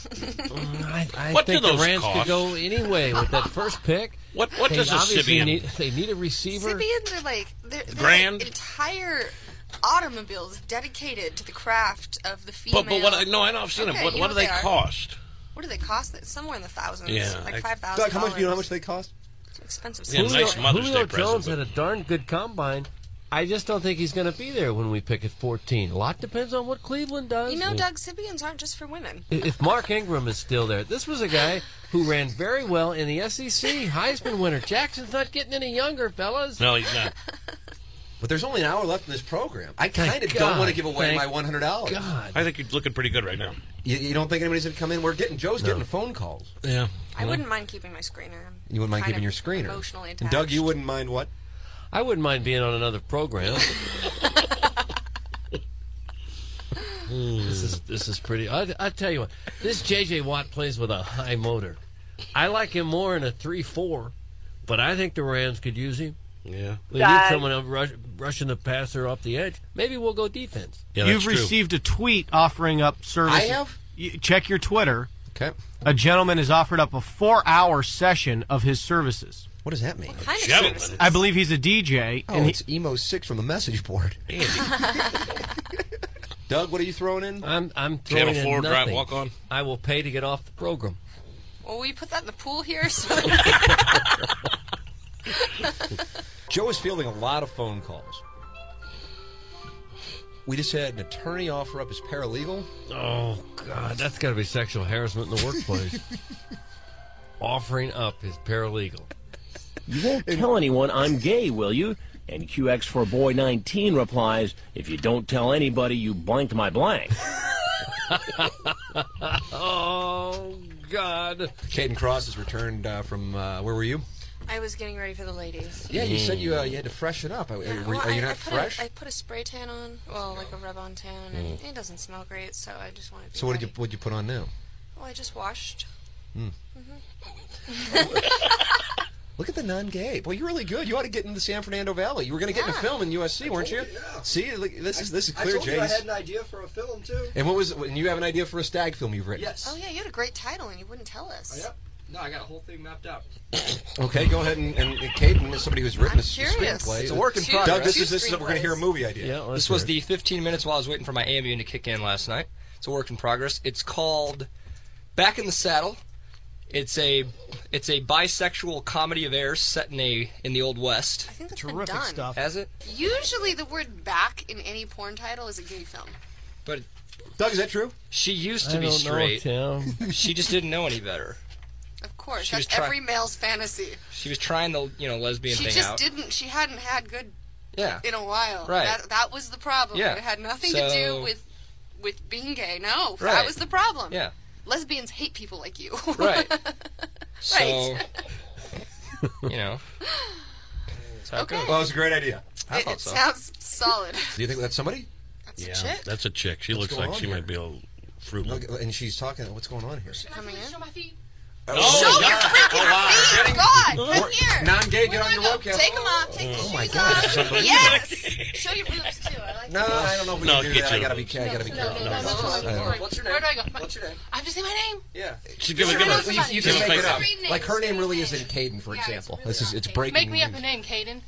S5: I, I
S9: What do
S5: think
S9: those
S5: the Rams
S9: cost?
S5: could go anyway with that first pick.
S2: What what
S5: They
S2: does a
S5: obviously
S2: Sibian
S5: need- They need a receiver.
S9: Sibians are like they're, they're
S2: Grand.
S9: like entire automobiles dedicated to the craft of the female.
S2: But but what I no, I know I've seen
S9: Okay,
S2: them. What
S9: you
S2: what
S9: know
S2: do they
S9: are.
S2: cost?
S9: What do they cost? It's somewhere in the thousands.
S2: Yeah, I-
S9: like five thousand.
S8: Doug? How much do you know how much they cost?
S9: Expensive.
S2: Yeah,
S9: stuff.
S2: nice Mother's
S5: Julio
S2: Day present,
S5: Jones had a darn good combine. I just don't think he's going to be there when we pick at 14. A lot depends on what Cleveland does.
S9: You know, Doug, Sibians aren't just for women.
S5: I- If Mark Ingram is still there, this was a guy who ran very well in the SEC Heisman winner. Jackson's not getting any younger, fellas.
S2: No, he's not.
S8: But there's only an hour left in this program. I
S5: Thank
S8: kind of don't want to
S5: God.
S8: give away
S5: Thank
S8: my one hundred dollars.
S5: God.
S2: I think you're looking pretty good right now.
S8: You, you don't think anybody's going to come in? We're getting Joe's
S2: No.
S8: getting phone calls.
S2: Yeah.
S9: I wouldn't mind keeping my screener. I'm
S8: You wouldn't mind
S9: kind
S8: giving your
S9: of
S8: screener.
S9: Emotionally
S8: And
S9: attached.
S8: Doug, you wouldn't mind what?
S5: I wouldn't mind being on another program. Hmm. this is this is pretty. I, I tell you what, this J.J. Watt plays with a high motor. I like him more in a three-four, but I think the Rams could use him.
S2: Yeah,
S5: they need
S10: Dad.
S5: someone up rush, rushing the passer off the edge. Maybe we'll go defense.
S10: You've received a tweet offering up service.
S5: I have?
S10: You, check your Twitter.
S8: Okay.
S10: A gentleman has offered up a four-hour session of his services.
S8: What does that mean?
S9: kind of
S2: Gentlemen. services?
S10: I believe he's a DJ.
S8: Oh,
S10: and he-
S8: it's emo six from the message board. Doug, what are you throwing in?
S5: I'm I'm
S8: Channel
S5: throwing in
S8: four, drive,
S5: nothing.
S8: walk on.
S5: I will pay to get off the program.
S9: Well, we put that in the pool here. So
S8: Joe is fielding a lot of phone calls. We just had an attorney offer up his paralegal.
S5: Oh God, that's got to be sexual harassment in the workplace. Offering up his paralegal.
S13: You won't tell anyone I'm gay, will you? And QX for boy 19 replies, if you don't tell anybody, you blanked my blank.
S5: oh God.
S8: Caden Cross has returned uh, from uh, where were you?
S9: I was getting ready for the ladies.
S8: Yeah, you said you uh, you had to freshen up. Are,
S9: Yeah,
S8: are-
S9: Uh, well,
S8: are you
S9: I-
S8: not
S9: I put a-
S8: fresh?
S9: I put a spray tan on, well, like a rub-on tan, and it doesn't smell great, so I just wanted to.
S8: so what did you what did you put on now?
S9: Well, I just washed.
S8: Hmm.
S9: Mm-hmm.
S8: Look at the non-gay. Boy, you're really good. You ought to get into the San Fernando Valley. You were going to get in a
S14: Yeah.
S8: film in USC, weren't you?
S14: told you, yeah.
S8: See, look, this is this is
S14: I
S8: clear,
S14: told you I
S8: Jay's.
S14: had an idea for a film too.
S8: And what was? And you have an idea for a stag film you've written?
S9: oh yeah, you had a great title, and you wouldn't tell us.
S14: yep. No, I got a whole thing mapped out.
S8: Okay, go ahead and, and Caden is somebody who's written
S14: I'm
S8: a s-
S14: curious.
S8: screenplay.
S14: It's a work in Two-
S8: Doug, this
S14: two
S8: is this is we're going to hear a movie idea.
S4: this was the 15 minutes while I was waiting for my Ambien to kick in last night. It's a work in progress. It's called Back in the Saddle. It's a it's a bisexual comedy of errors set in a in the old west. I
S9: think that's been Terrific done. stuff.
S4: Has it?
S9: Usually, the word "back" in any porn title is a gay film.
S4: But
S8: Doug, is that true?
S4: She used
S5: I
S4: to be
S5: don't know,
S4: straight. she just didn't know any better.
S9: Of course,
S4: She was
S9: that's
S4: try-
S9: every male's fantasy.
S4: She was trying the you know lesbian
S9: She
S4: thing
S9: just
S4: out.
S9: didn't. She hadn't had good
S4: Yeah.
S9: in a while.
S4: Right.
S9: That, that was the problem.
S4: Yeah.
S9: It had nothing to
S4: So-
S9: do with with being gay. No,
S4: Right.
S9: that was the problem.
S4: Yeah.
S9: Lesbians hate people like you.
S4: Right. So
S9: right.
S4: you know.
S9: Okay.
S8: Well, it was Oh, a great idea.
S9: It, it sounds solid.
S8: Do you think that's somebody?
S9: That's a Yeah, chick.
S2: that's a chick. She
S8: What's
S2: looks
S8: going
S2: like
S8: on
S2: she
S8: here?
S2: might be a fruit.
S8: Look, and she's talking. What's going on here?
S9: Coming in. Show
S15: my feet.
S8: Oh,
S9: Show
S8: God.
S9: your freaking
S8: Oh, wow.
S9: feet!
S8: Kidding?
S9: God, come
S8: We're-
S9: here.
S8: non-gay, get on your webcam.
S9: Take them off. Take the
S8: Oh,
S9: shoes
S8: my God, this is
S9: off.
S8: unbelievable.
S9: Yes. Show your boobs too. I like
S8: No,
S9: your boobs.
S8: I don't know if we
S2: No,
S8: can do
S2: get
S8: that.
S2: you.
S8: I gotta be, I gotta be
S9: No,
S8: careful.
S9: no, no, no, no,
S8: I don't know.
S9: What's your name? Where do I go? What's your name? I have to say my name.
S14: Yeah.
S8: She
S2: give it- give it-
S8: you, you
S2: give
S8: can
S2: it a
S8: make it
S2: face.
S8: up.
S15: Three names,
S8: Like her name really isn't Caden, for
S15: Yeah, it's
S8: example.
S15: really
S8: This is
S15: not
S8: it's
S15: Caden.
S8: breaking.
S15: Make me up a
S8: news.
S15: name, Caden.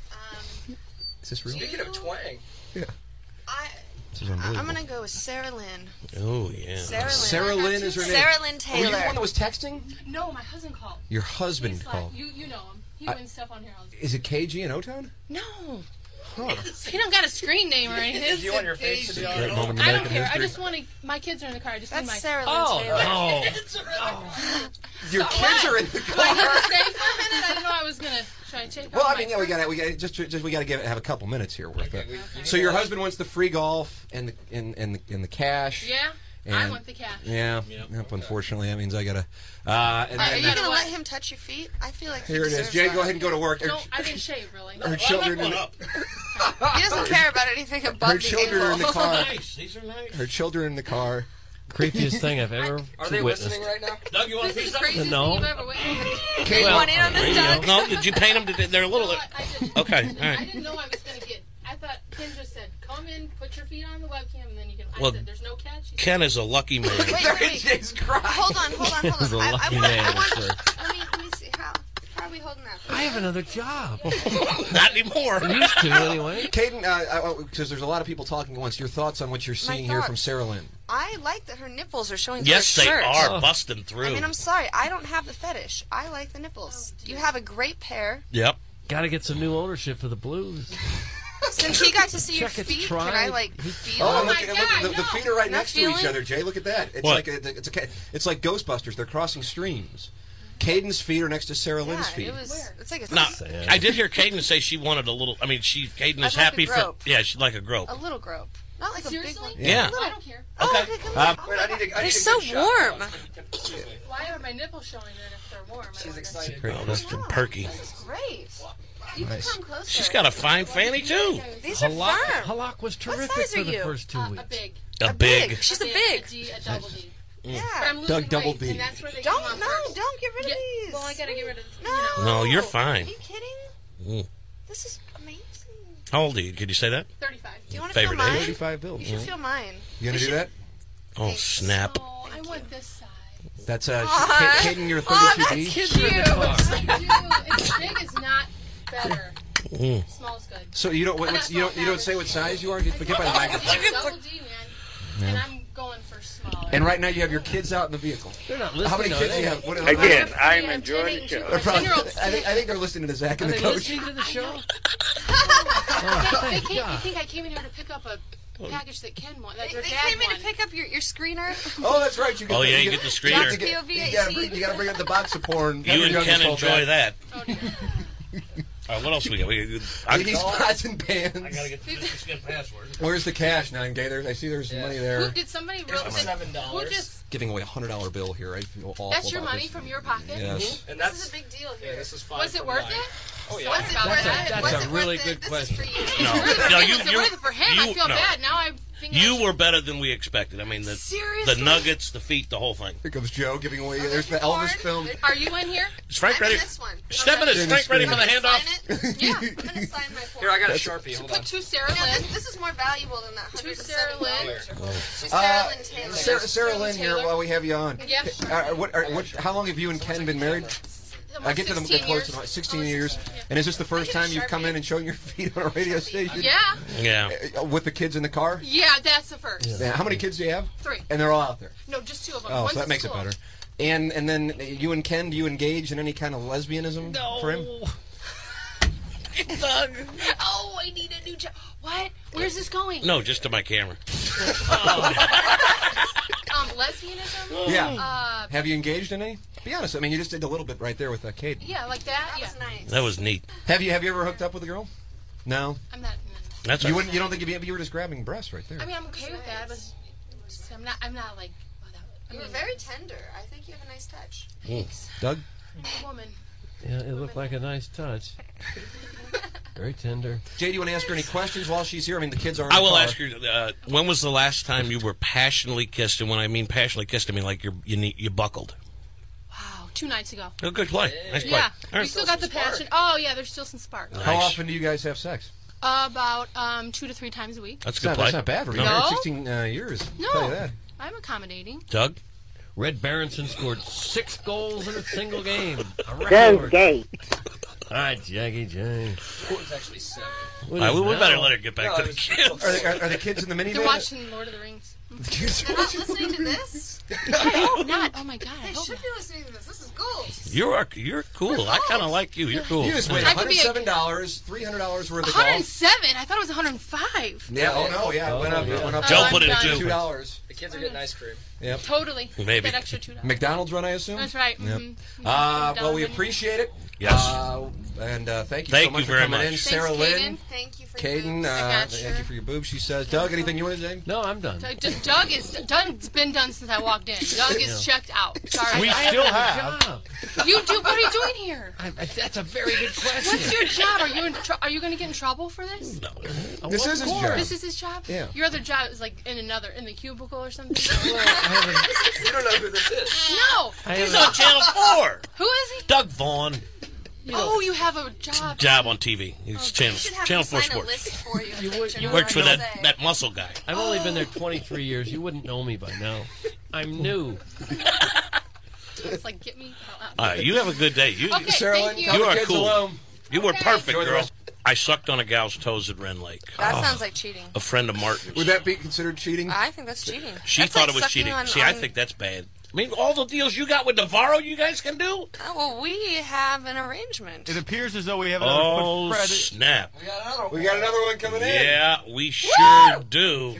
S8: Is this real?
S14: Speaking of twang,
S8: This is
S9: I-
S8: unbelievable.
S9: I'm gonna go with Sarah Lynn.
S2: Oh yeah.
S9: Sarah Lynn.
S8: Sarah Lynn is her name.
S9: Sarah Lynn
S8: Oh, were you the
S9: Taylor.
S8: one that was texting?
S15: No, my husband called.
S8: Your husband
S15: He's like-
S8: called.
S15: You you know him. He
S8: I-
S15: wins stuff on here. all the
S8: Is it KG in O Town?
S15: time. No. He don't got a screen name or anything.
S12: Do you want your face to be on it? Moment in
S15: I don't
S12: American
S15: care. I
S12: history.
S15: just want to. My kids are in the car. I just
S12: That's
S15: need my.
S12: Sarah Lynn Oh, Taylor. no.
S8: Your
S15: So
S8: kids
S15: what?
S8: are in the
S15: Well, I
S8: car.
S15: had to stay for a minute. I didn't know I was gonna. Should I take?
S8: Well,
S15: off
S8: I mean,
S15: Oh my
S8: yeah, we
S15: fur-
S8: got to we got just just we got to give have a couple minutes here worth it.
S15: we-
S8: So your husband wants the free golf and the and and the, and the cash.
S15: Yeah, I
S8: And-
S15: want the cash.
S8: Yeah. Yep, Unfortunately, that means I gotta. Uh, and
S9: Are
S8: then
S9: you gonna let him touch your feet? I feel like he
S8: here it is.
S9: deserves
S8: Jay,
S9: that.
S8: go ahead and go to work. Her-
S15: Don't, I didn't shave really.
S8: Her children in the,
S9: He doesn't care about anything above
S8: her
S9: the
S8: children are in the
S9: ankle.
S8: car.
S2: These are nice.
S8: Her children in the car.
S5: Creepiest thing I've ever
S2: Are they
S5: witnessed.
S2: listening right now? Doug, you want
S15: This is
S2: to
S15: the craziest
S5: No.
S15: thing you've ever witnessed.
S2: Kate,
S5: Well, want in on this,
S2: radio.
S5: Doug?
S2: No, did you paint them? Did they, they're a little. Okay, all
S15: I
S2: right.
S15: didn't know I was gonna get. I thought Ken just said, "Come in, put your feet on the webcam, and then you can." I
S2: Well,
S15: said, "There's no catch." He
S2: Ken is a lucky man.
S9: Wait, wait, wait. Hold on, hold on, hold on.
S2: He's a
S9: I- I
S2: lucky
S9: wanna-
S2: man,
S9: I wanna-
S2: sir.
S9: Let me, let me see how. How are we holding that?
S5: I have another job.
S2: Not anymore.
S5: Used to anyway.
S8: Caden, uh, because there's a lot of people talking at once. Your thoughts on what you're seeing here from
S9: thoughts.
S8: Sarah Lynn?
S9: I like that her nipples are showing.
S8: Yes,
S9: through her
S8: they
S9: shirt.
S5: Oh.
S8: are busting through.
S9: I mean, I'm sorry, I don't have the fetish. I like the nipples. you have a great pair.
S2: Yep.
S5: Got to get some new ownership for the Blues.
S9: Since he got to see your
S5: Check its
S9: feet,
S5: tried.
S9: can I like feel?
S8: Oh, look, at- look, the, the feet are right
S9: Not
S8: next to each
S9: feeling?
S8: other, Jay. Look at that. It's
S2: What?
S8: like a, it's a ca- it's like Ghostbusters. They're crossing streams. Caden's feet are next to Sarah Lynn's
S9: Yeah,
S8: feet.
S9: it was. It's like a.
S2: Now, I did hear Caden say she wanted a little. I mean, she Caden
S9: I'd
S2: is
S9: like
S2: happy
S9: a
S2: for.
S9: grope. Oh,
S2: Yeah, she'd like a grope.
S9: A little grope, not like a big one.
S2: Yeah.
S9: A little.
S15: I don't care.
S9: Oh, okay, come on.
S2: Um,
S9: Oh, my
S15: I need
S9: God.
S15: to- I
S9: They're
S15: need to
S9: so
S15: get a
S9: warm.
S15: Why are my nipples showing then if they're warm? She's excited.
S2: Oh, that's been perky.
S9: Great. You
S2: Nice.
S9: can come closer.
S2: She's got a fine fanny too.
S9: These are
S5: Halak,
S9: firm.
S5: Halak was
S9: What
S5: terrific
S9: size
S5: for
S9: are
S5: the
S9: you?
S5: first two weeks.
S2: A big.
S9: She's a
S15: big.
S9: big.
S15: A D, a double D.
S2: Mm.
S15: But I'm losing
S2: Doug, double
S15: weight,
S2: D.
S15: And that's where they
S9: Don't-
S15: come off
S9: no,
S15: first.
S9: don't get rid of
S15: Yeah,
S9: these.
S15: Well, I gotta get rid of. You
S9: No.
S2: No, you're
S9: Are
S2: fine.
S9: you kidding?
S2: Mm.
S9: This is amazing.
S2: How old are you? Could you say that?
S15: Thirty-five.
S9: Do you want to feel
S2: Favorite
S9: mine?
S2: age? 35 Bill.
S9: You should
S2: Mhm.
S9: feel mine.
S8: You gonna do that?
S2: Oh snap!
S15: Oh, I want this size.
S8: That's uh,
S9: Aw.
S8: Ca- Caden, your
S9: Aw,
S8: 32 D.
S9: Oh, that's cute.
S15: I do. It's big is not better.
S8: Mm.
S15: Small is good.
S8: So you don't what, what's, you don't you don't say what size you are. Get, get by the microphone.
S15: Double D, man. And I'm going for smaller.
S8: And right now you have your kids out in the vehicle.
S5: They're not
S8: How many
S15: listening,
S8: kids do
S15: are
S8: you
S15: they?
S8: have? What are-
S15: Again, I'm enjoying the show.
S8: They're probably-
S15: Ten-year-old
S8: I think I think they're listening to Zach and
S5: Are
S8: the
S5: they
S8: coach.
S5: listening to the show?
S15: They, they,
S5: Oh,
S15: came, they
S5: God.
S15: think I came in here to pick up a package that Ken wanted. That
S9: They
S15: your
S9: they
S15: dad
S9: came in to
S15: wanted.
S9: pick up your, your screener.
S8: Oh, that's right. You
S2: Oh, yeah, you get the screener.
S8: You,
S9: Lots of POV
S8: gotta bring,
S9: 18.
S8: you gotta bring up the box of porn.
S2: You and Ken enjoy that.
S15: All
S2: right, what else we got? We, I,
S8: Ladies, pots, and pans. I gotta
S2: get this password.
S8: Where's the cash, Nine Gay? There's, I see there's money
S15: Who
S8: there.
S15: did somebody
S8: Here's
S15: wrote
S8: my
S15: that-
S8: seven
S15: Who just?
S8: Giving away a hundred dollar bill here. I feel awful.
S15: That's your
S8: about
S15: money
S8: this.
S15: from your pocket.
S8: Yes.
S15: And
S9: that's-
S15: this is a big deal here.
S9: this is fine
S15: was it
S9: from
S15: worth
S9: mine.
S15: it?
S9: Oh, yeah.
S15: Was it
S9: That's
S15: worth
S9: a-
S15: it?
S9: that's
S15: was
S5: That's
S15: it
S5: a really
S15: worth
S5: good question.
S15: it?
S2: No.
S15: Really?
S2: No,
S15: It
S2: you-
S15: was
S2: you-
S15: worth it for him. I
S2: you-
S15: feel
S2: no.
S15: bad. Now I think I
S2: You were better than we expected. I mean, the
S15: Seriously?
S2: the nuggets, the feet, the whole thing.
S8: Here comes Joe giving away. There's the Elvis film.
S15: should- Are you in here?
S2: Is Frank ready? Step in, is
S8: You're
S2: Frank ready for
S8: screen.
S2: the handoff?
S9: yeah, I'm gonna sign my form.
S2: Here, I got a Sharpie, hold
S9: put
S2: on.
S9: two Sarah Lynn. this, this is more valuable than that. Two Sarah Lynn. She's
S8: Uh,
S9: Sarah Lynn Taylor.
S8: Sarah, Sarah Lynn here while we have you on.
S9: Yeah, sure.
S8: Uh, what, are, what, how long have you and Ken been married? I get to them
S15: 16
S8: close
S15: years. Oh,
S8: to about 16 years. And is this the first time you've come in and shown your feet on a radio station? Uh,
S15: Yeah.
S2: Yeah.
S8: With the kids in the car?
S15: Yeah, that's the first.
S8: Yeah. How many kids do you have?
S15: Three.
S8: And they're all out there.
S15: No, just two of them.
S8: Oh,
S15: One's
S8: so that
S15: at
S8: makes it
S15: school.
S8: better. And and then you and Ken, do you engage in any kind of lesbianism
S15: No.
S8: for him?
S15: Doug. Oh, I need a new job. What? Where's this going?
S2: No, just to my camera.
S15: Um, lesbianism?
S8: Yeah.
S15: Uh,
S8: have you engaged in any? Be honest. I mean, you just did a little bit right there with uh, Kate.
S15: yeah, like that. That yeah. was nice.
S2: That was neat.
S8: Have you have you ever hooked up with a girl? No.
S15: I'm not.
S2: That's
S8: you
S2: all
S8: wouldn't. You don't think you'd be, you were just grabbing breasts right there.
S15: I mean, I'm okay with that, but just- I'm not. I'm not like. well, that- I
S9: You're
S15: mean,
S9: very tender. I think you have a nice touch.
S8: Doug.
S15: I'm a woman.
S5: Yeah, it looked like a nice touch. Very tender.
S8: Jay, do you want to ask her any questions while she's here? I mean, the kids are. in
S2: I
S8: the
S2: will
S8: car.
S2: ask you. Uh, when was the last time you were passionately kissed? And when I mean passionately kissed, I mean like you're, you ne- you buckled.
S15: Oh, two nights ago.
S2: Oh, good play. Nice play.
S15: Yeah,
S2: All
S15: we
S2: right.
S15: still got the passion. Oh yeah, there's still some spark.
S8: How often do you guys have sex?
S15: About um, two to three times a week.
S2: That's a
S8: It's
S2: good
S8: not,
S2: play.
S8: That's not bad for you.
S2: No.
S8: You're married 16 uh, years. I'll
S15: No,
S8: Tell you that.
S15: I'm accommodating.
S2: Doug?
S5: Red Berenson scored six goals in a single game. A
S12: Go,
S5: record.
S12: go.
S5: All right, Jackie J.
S12: was actually seven.
S5: What
S2: All right,
S5: is
S2: we- we
S5: now?
S2: better let her get back
S5: No,
S2: to
S5: it
S2: the
S5: was-
S2: kids.
S8: Are, are, are the kids in the minivan?
S15: They're watching Lord of the Rings.
S9: They're not listening to this.
S15: I hope not. Oh my god.
S9: They
S15: I hope
S9: should
S15: not.
S9: be listening to this. This is cool.
S2: You are you're cool. I kind of like you. You're cool.
S8: You just wait
S15: I could be a-
S8: $107, $300 worth of golf.
S15: 107. I thought it was 105.
S8: Yeah, oh no, yeah, it went up. It went
S15: Oh,
S8: up.
S2: Joe put it at
S8: two
S2: two.
S8: dollars.
S4: The kids are getting ice cream.
S8: Yep.
S15: Totally.
S8: Maybe.
S15: That extra two dollars.
S8: McDonald's run, I assume.
S15: That's right.
S8: Yep.
S15: mhm.
S8: Uh, well, we
S15: Donovan.
S8: appreciate it.
S2: Yes.
S8: Uh, and uh, thank you
S2: Thank
S8: so much
S2: you
S8: for
S2: very
S8: coming
S2: much.
S8: in,
S2: Thanks,
S8: Sarah Lynn.
S15: Kaden. Thank you for
S8: Kaden,
S15: your- I
S8: uh,
S15: got
S8: thank you
S15: you.
S8: for your boobs. She says, Doug, anything you want to say?
S5: No, I'm done.
S15: Doug, just Doug is Doug's been done since I walked in. Doug is
S5: Yeah.
S15: checked out. Sorry.
S5: We
S15: I
S5: still
S15: another job. You do. What are you doing here?
S5: I, I, that's a very good question.
S15: What's your job? Are you in tr- Are you going to get in trouble for this? No.
S8: This is his job.
S15: This is his job.
S8: Yeah.
S15: Your other job is like in another in the cubicle or something.
S4: You don't know who this is.
S15: no.
S2: I He's haven't- on Channel 4.
S15: Who is
S2: Doug Vaughn
S15: he? Oh, you have a job.
S2: job on TV. He's channel
S15: should have
S2: channel
S15: him
S2: four
S15: sign a
S2: sports.
S15: list
S9: for you.
S5: You would, you
S2: Works for
S5: wouldn't
S2: that that muscle guy.
S5: know- I've only been there 23 years. You wouldn't know me by now. I'm new.
S15: It's like get me. the hell out.
S2: All right, you have a good day. You,
S15: Okay, Sarah thank Lynn, you.
S2: you,
S15: tell the
S2: are
S15: kids
S2: cool.
S15: alone.
S2: You were perfect,
S8: Enjoy the
S2: girl.
S8: rest.
S2: I sucked on a gal's toes at Ren Lake.
S9: That
S2: Oh,
S9: sounds like cheating.
S2: a friend of Martin's.
S8: Would that be considered cheating?
S9: I think that's cheating.
S2: She
S9: That's
S2: thought
S9: like
S2: it was
S9: sucking
S2: cheating.
S9: on-
S2: See, I
S9: on-
S2: think that's bad. I mean, all the deals you got with Navarro, you guys can do.
S9: Oh, well, we have an arrangement.
S10: It appears as though we have another
S2: Oh
S10: foot Fred.
S2: snap!
S8: We got another one coming in.
S2: Yeah, we sure do.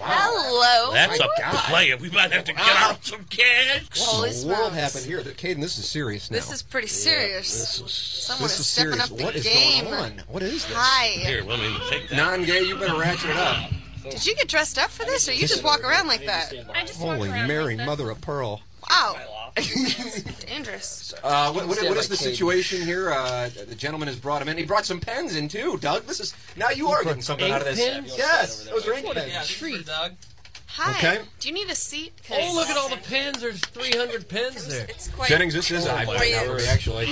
S9: Hello.
S2: That's a player. We might have to get out some cash.
S9: Well,
S8: What
S9: this
S8: the world
S9: round-
S8: happened here? Caden, this is serious now.
S9: This is pretty serious.
S8: this is-
S9: Someone
S8: this
S9: is,
S8: is
S9: stepping
S8: serious.
S9: up the
S8: What is
S9: game.
S8: going on? What is this?
S9: Hi.
S2: Here, let me take that.
S8: Non-gay, you better ratchet it up.
S9: Did you get dressed up for this, or you just walk around like that?
S15: I just
S8: Holy Mary, mother of pearl.
S9: Wow. That's dangerous.
S8: Uh, what, what- what is
S4: Stand by
S8: the
S4: Caden.
S8: situation here? Uh, the gentleman has brought him in. He brought some pens in too, Doug. This is now you are getting something out of this. Yes, those are ink
S4: What a
S8: pens.
S4: treat, Doug.
S9: Hi.
S8: Okay.
S9: Do you need a seat? 'Cause-
S5: Oh, look at all the pins. There's 300 pins there.
S9: It's quite
S8: Jennings, this is a high point number, actually.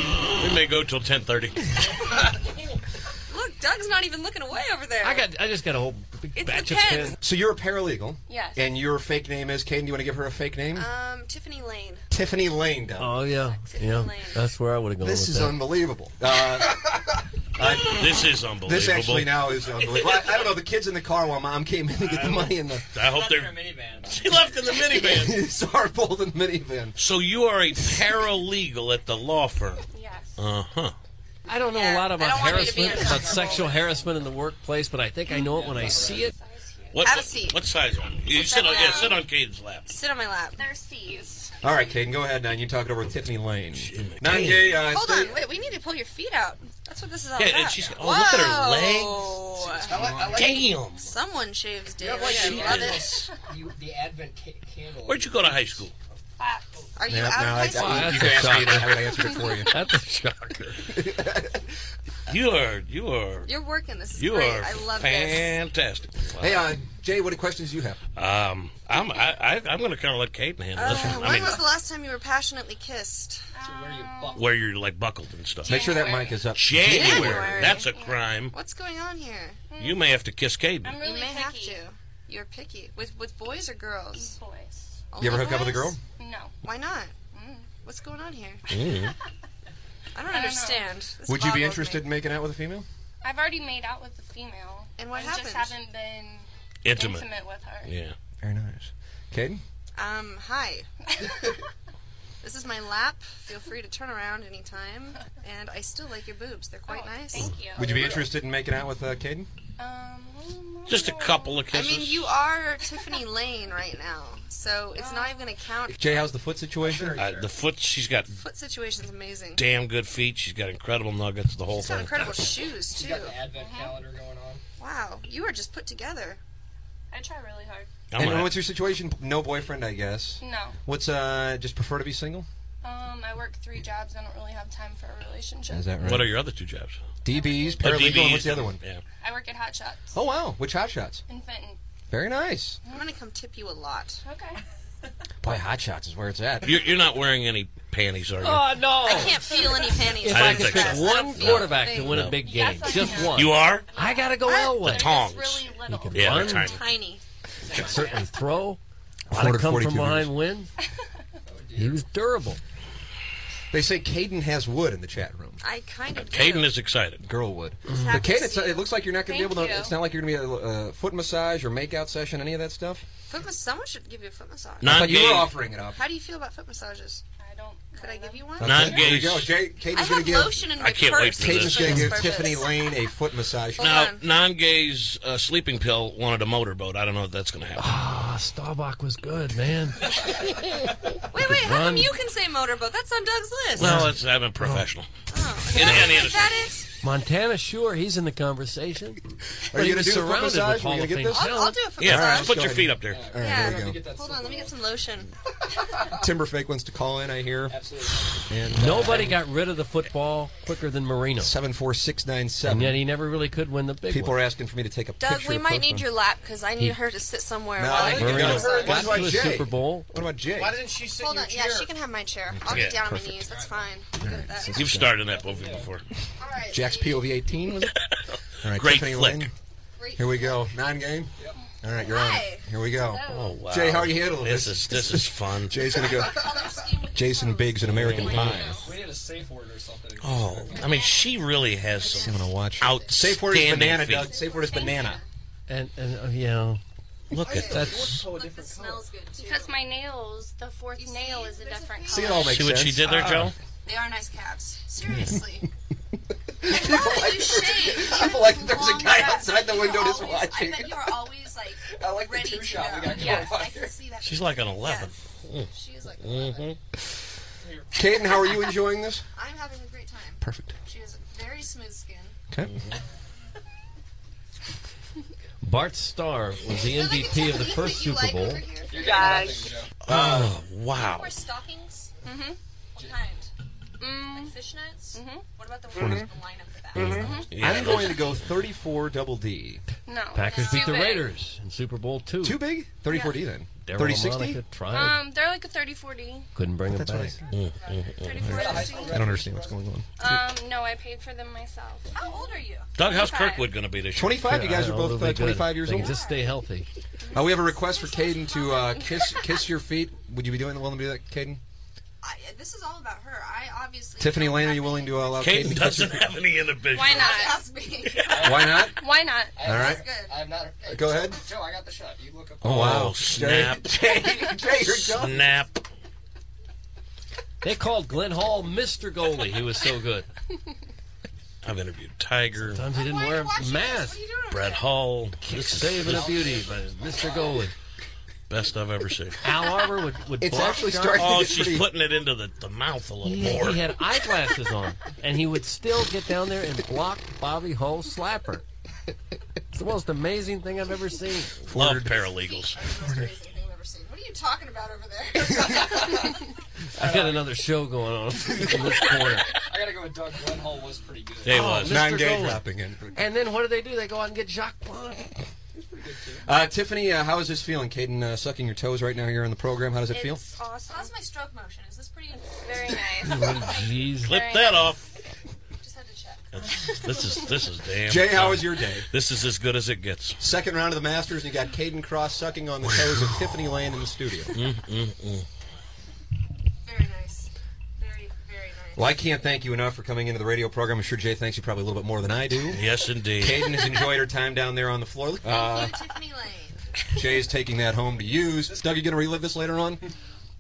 S2: We may go till ten thirty.
S9: Look, Doug's not even looking away over there.
S5: I got. I just got a whole big
S9: It's
S5: batch
S9: the
S5: of
S9: pins.
S5: pins.
S8: So you're a paralegal.
S9: Yes.
S8: And your fake name is Caden. Do you want to give her a fake name?
S9: Um, Tiffany Lane.
S8: Tiffany Lane. Doug.
S5: Oh yeah, yeah. That's where I would have gone.
S8: This
S5: with
S8: is
S5: that.
S8: unbelievable. Uh,
S2: This is unbelievable.
S8: this actually now is unbelievable. I, I don't know. The kids in the car while mom came in to get the money in the.
S2: I hope they're. She left in the minivan.
S8: it's our bold in the minivan.
S2: So you are a paralegal at the law firm.
S9: Yes.
S2: Uh huh.
S5: I don't know a lot about
S9: don't want you to be
S5: harassment, about
S9: uncomfortable.
S5: sexual harassment in the workplace, but I think I know it when I see it.
S2: What,
S9: Have a
S2: what-
S9: seat.
S2: What size one? You sit on, yeah, sit on Caden's lap.
S9: Sit on my lap. There's C's.
S8: All right, Caden, go ahead now. You talk it over with Tiffany Lane. Not gay. Uh,
S9: Hold
S8: stay-
S9: on, wait. We need to pull your feet out. That's what this is all
S2: Yeah,
S9: about.
S2: and she's- oh, look at her
S9: Whoa.
S2: Damn.
S9: Someone shaves
S4: You
S9: daily.
S4: have like
S9: I
S4: the
S9: love it.
S4: advent, you, the advent ca- candle.
S2: Where'd you go to high school?
S9: Are you
S8: Yeah,
S9: out
S8: no,
S9: of
S8: I-
S9: high school?
S8: I-
S5: That's
S8: you
S5: a
S8: can ask me,
S5: shocker.
S8: and I would answer it for you.
S5: That's a shocker.
S2: You are you are
S9: You're working. This is
S2: you
S9: great.
S2: are
S9: I love this.
S2: fantastic. Wow.
S8: Hey, uh, Jay, what questions do you have?
S2: um, I'm I, I, I'm going to kind of let Caden handle this
S9: Uh,
S2: one.
S9: when
S2: I mean,
S9: was the last time you were passionately kissed?
S15: Um,
S2: where you're like buckled and stuff.
S8: Make sure that mic is up.
S2: January.
S9: January.
S2: That's a crime.
S9: What's going on here?
S2: You may have to kiss Caden.
S15: I'm really
S9: you may have
S15: picky.
S9: to. You're picky. With with boys or girls?
S15: Boys.
S8: You ever
S9: Only
S8: hook up with a
S9: boys?
S8: girl?
S15: No. Mm.
S9: Why not? What's going on here?
S8: Mm.
S9: I don't
S15: know.
S9: understand. This
S8: Would you
S9: boggles
S8: be
S9: me.
S8: interested in making out with a female?
S15: I've already made out with the female.
S9: And what
S15: I just
S9: happened?
S15: haven't been
S2: Intimate.
S15: with her.
S2: Yeah.
S8: Very nice. Caden?
S9: Um, hi. this is my lap. Feel free to turn around anytime. And I still like your boobs. They're quite nice.
S15: Oh, Thank you.
S8: Would you be interested in making out with uh, Caden?
S15: Um,
S2: Just a couple of
S9: I
S2: kisses.
S9: mean, you are Tiffany Lane right now, so it's not even going to count.
S8: Jay, how's the foot situation?
S2: Uh, the foot. She's got
S9: Foot situation's amazing.
S2: damn good feet. She's got incredible nuggets. The whole
S9: She's got
S2: thing.
S9: incredible shoes
S4: You
S9: too.
S4: got the advent
S15: Uh-huh.
S4: calendar going on.
S9: Wow, you are just put together.
S15: I try really hard.
S2: I'm
S8: and
S2: a-
S8: what's your situation? No boyfriend, I guess.
S15: No.
S8: What's uh, just prefer to be single?
S15: Um, I work three jobs. I don't really have time for a relationship.
S8: Is that right?
S2: What are your other two jobs?
S8: DBs,
S2: Oh,
S8: paralegal, and
S2: DBs,
S8: what's the other one?
S2: Yeah.
S15: I work at Hot Shots
S8: Oh wow, which hot shots?
S15: in Fenton.
S8: Very nice.
S9: I'm going to come tip you a lot.
S15: Okay.
S8: Boy, hot shots is where it's at.
S2: You're, you're not wearing any panties, are you?
S5: Oh no!
S9: I can't feel any panties.
S5: If
S2: I
S5: I,
S2: didn't
S5: could
S2: think
S5: pick
S2: so.
S9: I don't
S5: one
S9: feel a
S5: quarterback to
S9: thing.
S5: win a big game,
S15: Yes, I
S5: just
S15: know.
S5: one.
S2: you are.
S5: I gotta go Elway.
S2: tongs.
S15: Really
S5: You
S15: little.
S5: can
S2: Yeah,
S5: run.
S2: they're tiny.
S9: Tiny.
S5: you can certainly throw.
S8: Four
S5: Wanna
S8: to
S5: come
S8: 42
S5: from behind, win. He was durable.
S8: They say Caden has wood in the chat room.
S9: I kind of.
S2: Caden
S9: do.
S2: is excited.
S8: Girl wood.
S9: Happy
S8: But
S9: to
S8: Caden, it's, uh,
S9: see you.
S8: it looks like you're not going to be able
S15: Thank
S8: to.
S15: you.
S8: It's not like you're going to be a uh, foot massage or makeout session, any of that stuff.
S9: Foot mas- someone should give you a foot massage.
S2: Not
S8: I thought you
S2: gay.
S8: were offering it up.
S9: How do you feel about foot massages?
S15: I don't
S9: Could I give you one?
S2: Non
S9: Here
S2: gay.
S9: we go. I have lotion in my
S2: I can't wait
S9: purse
S2: for
S8: Caden's
S2: this.
S8: going to give Tiffany Lane a foot massage.
S2: Now, non gay's uh, sleeping pill wanted a motorboat. I don't know if that's going to happen.
S5: Ah, Starbuck was good, man.
S9: wait, wait. How
S5: Run.
S9: come you can say motorboat? That's on Doug's list.
S2: well, it's,
S5: Oh.
S2: I'm a professional.
S9: Is
S2: In
S9: that
S2: any
S9: what
S2: industry.
S9: that is?
S5: Montana, sure, he's in the conversation.
S8: Are
S5: But
S8: you
S5: he
S8: gonna
S5: was
S8: do the foot
S5: surrounded
S8: massage?
S5: with
S8: Are
S5: Hall
S8: you
S5: of
S8: gonna
S5: Fame
S8: get this?
S9: I'll, I'll do it for
S2: Yeah,
S9: massage.
S2: just put your feet up there.
S8: All right,
S9: yeah.
S8: there we go.
S9: Hold on. Let me get some lotion.
S8: Timberfake wants to call in, I hear. Absolutely. And, uh,
S5: Nobody got rid of the football quicker than Marino.
S8: 74697.
S5: And yet he never really could win the big
S8: People
S5: one.
S8: are asking for me to take a
S9: Doug,
S8: picture.
S9: we
S8: of
S9: might
S8: Coach
S9: need your lap because I need her to sit somewhere.
S8: No,
S9: while
S8: I
S9: I
S8: think
S9: do
S8: you're
S9: this.
S8: gonna- What
S5: got
S8: about
S5: to a
S8: Jay?
S5: Super Bowl.
S8: What about Jay?
S9: Why
S10: didn't she sit
S9: Hold on. Yeah, she can have my chair. I'll
S2: Yeah,
S9: get down on
S2: perfect.
S9: my knees. That's fine.
S2: You've started that movie before.
S8: Jack's POV 18, was it? All right,
S2: Great
S8: Tiffany
S2: flick.
S8: Lane. Here we go. Nine game? Yep. All right, you're on. it. Here we go.
S2: Oh, wow.
S8: Jay, how are you handling
S2: this? Is, this is fun.
S8: Jay's going to go. Jason Biggs and American Pie.
S14: We need a safe word or something.
S2: Oh, I mean, she really has some
S8: I'm going to watch.
S2: outstanding
S8: Safe word is banana,
S2: feet.
S8: Doug. Safe word is banana.
S5: And, and uh, you know,
S2: Look at
S5: that's
S9: smells good too.
S15: Because my nails, the fourth nail is a different color.
S8: See, it all makes
S2: See what
S8: sense.
S2: she did there, Joe?
S9: They are nice calves. Seriously.
S8: I feel like there's- I feel like there's a guy outside the window just
S9: I
S8: watching.
S9: bet you are always like, ready to go. yes, I can see that.
S2: She's like an Mm. Mm-hmm. 11.
S9: She is like.
S8: Caden, how are you enjoying this?
S9: I'm having a great time.
S8: Perfect.
S9: She has a very smooth skin.
S8: Okay.
S5: Bart Starr was the MVP of the first Super Bowl.
S9: You
S12: guys.
S2: Oh,
S8: Um,
S2: wow.
S9: Wear stockings. Mm-hmm. What kind? Like fishnets. Mm-hmm. What about the ones with the line up the back?
S8: Mm-hmm. I'm going to go 34 double D.
S9: Mm-hmm. No.
S5: Packers beat
S15: Too
S5: the
S15: big.
S5: Raiders in Super Bowl two.
S8: Too big? 34D then.
S5: Daryl
S8: 3060?
S5: LaMonica tried,
S15: Um, they're like a 30-40.
S5: couldn't bring him
S8: That's what I
S5: back.
S8: said. I
S15: I
S8: don't understand what's going on.
S15: Um, no, I paid for them myself.
S9: How old are you?
S2: Doug, how's Kirkwood going to be this year?
S8: 25? You guys are both uh, 25 years
S5: They can
S8: old?
S5: just stay healthy.
S8: Uh, we have a request for Caden to uh, kiss kiss your feet. Would you be doing willing to do that, Caden?
S9: I, this is all about her. I obviously.
S8: Tiffany Lane, are you willing to allow Caden to
S2: Caden
S8: kiss your
S2: doesn't
S8: feet?
S2: have any inhibition.
S15: Why not?
S9: Ask me.
S8: Why not?
S15: Why not?
S8: All right.
S14: I have not. hey,
S8: Go ahead.
S14: Joe, I got the shot. You look up.
S8: Oh, wow.
S2: Oh, snap.
S8: Jay, Jay, you're done.
S2: Snap.
S5: They called Glenn Hall Mr. Goalie. He was so good.
S2: I've interviewed Tiger,
S5: Sometimes he didn't wear a mask.
S2: Brett Hall. This is
S5: Saving
S2: the
S5: a beauty, but it's Mr. Goalie.
S2: best I've ever seen.
S5: Al Arbor would, would
S8: It's
S5: blush
S8: actually
S5: down-
S8: starting to
S2: Oh,
S8: get
S2: she's
S8: pretty...
S2: putting it into the, the mouth a little
S5: He,
S2: more.
S5: he had eyeglasses on, and he would still get down there and block Bobby Hull's slapper. It's the most amazing thing I've ever seen.
S2: Love paralegals.
S9: What are you talking about over there?
S5: I got another show going on in this corner.
S14: I gotta go with Doug. Glenn Hall was pretty good.
S2: They was.
S5: Mr.
S8: Nine game
S5: Golan.
S8: wrapping in.
S5: And then what do they do? They go out and get Jacques Blanc.
S8: Uh, Tiffany, uh, how is this feeling? Caden uh, sucking your toes right now here on the program. How does it feel?
S15: It's awesome.
S9: How's my stroke motion? Is this pretty?
S15: Very nice.
S5: Jeez.
S2: Clip that off.
S9: Just had to check.
S2: That's- This is this is damn.
S8: Jay, how
S2: fun.
S8: was your day?
S2: This is as good as it gets.
S8: Second round of the Masters, and you got Caden Cross sucking on the toes of Tiffany Lane in the studio.
S2: Mm,
S9: Very nice. Very, very nice.
S8: Well, I can't thank you enough for coming into the radio program. I'm sure Jay thanks you probably a little bit more than I do.
S2: Yes, indeed.
S8: Caden has enjoyed her time down there on the floor. Uh,
S9: Thank you, Tiffany Lane.
S8: Jay is taking that home to use. Doug, you going to relive this later on?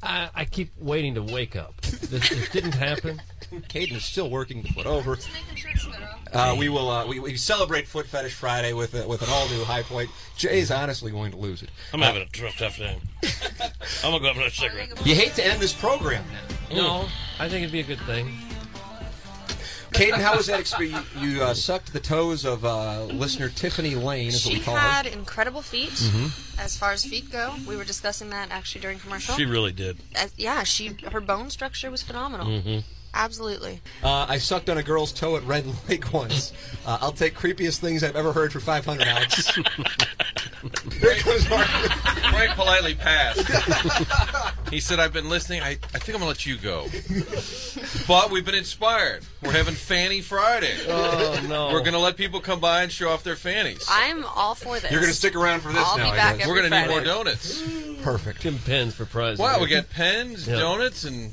S5: I, I keep waiting to wake up. This, this didn't happen.
S8: Caden is still working the foot over.
S9: Just making sure it's thorough.
S8: Uh, we will uh, we, we celebrate Foot Fetish Friday with uh, with an all new high point. Jay is honestly going to lose it. Uh,
S2: I'm having a tough, tough time. I'm gonna go have another cigarette.
S8: You hate to end this program now.
S5: No, I think it'd be a good thing.
S8: Caden, how was that experience? You, you, uh, sucked the toes of uh, listener Tiffany Lane, is what
S9: She
S8: we call
S9: had
S8: her.
S9: incredible feet as far as feet go. We were discussing that actually during commercial.
S2: She really did.
S9: Uh, yeah, she her bone structure was phenomenal. Absolutely.
S8: Uh, I sucked on a girl's toe at Red Lake once. Uh, I'll take creepiest things I've ever heard for 500 Alex. Here comes Mark.
S16: Frank politely passed. he said, I've been listening. I, I think I'm going to let you go. But we've been inspired. We're having Fanny Friday.
S5: Oh, no.
S16: We're going to let people come by and show off their fannies.
S9: I'm all for this.
S8: You're going to stick around for this
S9: I'll
S8: now,
S9: be
S8: I
S9: back
S8: guess.
S9: every
S16: We're going to need
S9: Friday.
S17: Mm.
S16: more donuts.
S8: Perfect.
S5: Tim Penn's for prize.
S16: Wow, we got pens,
S5: Yeah.
S16: donuts, and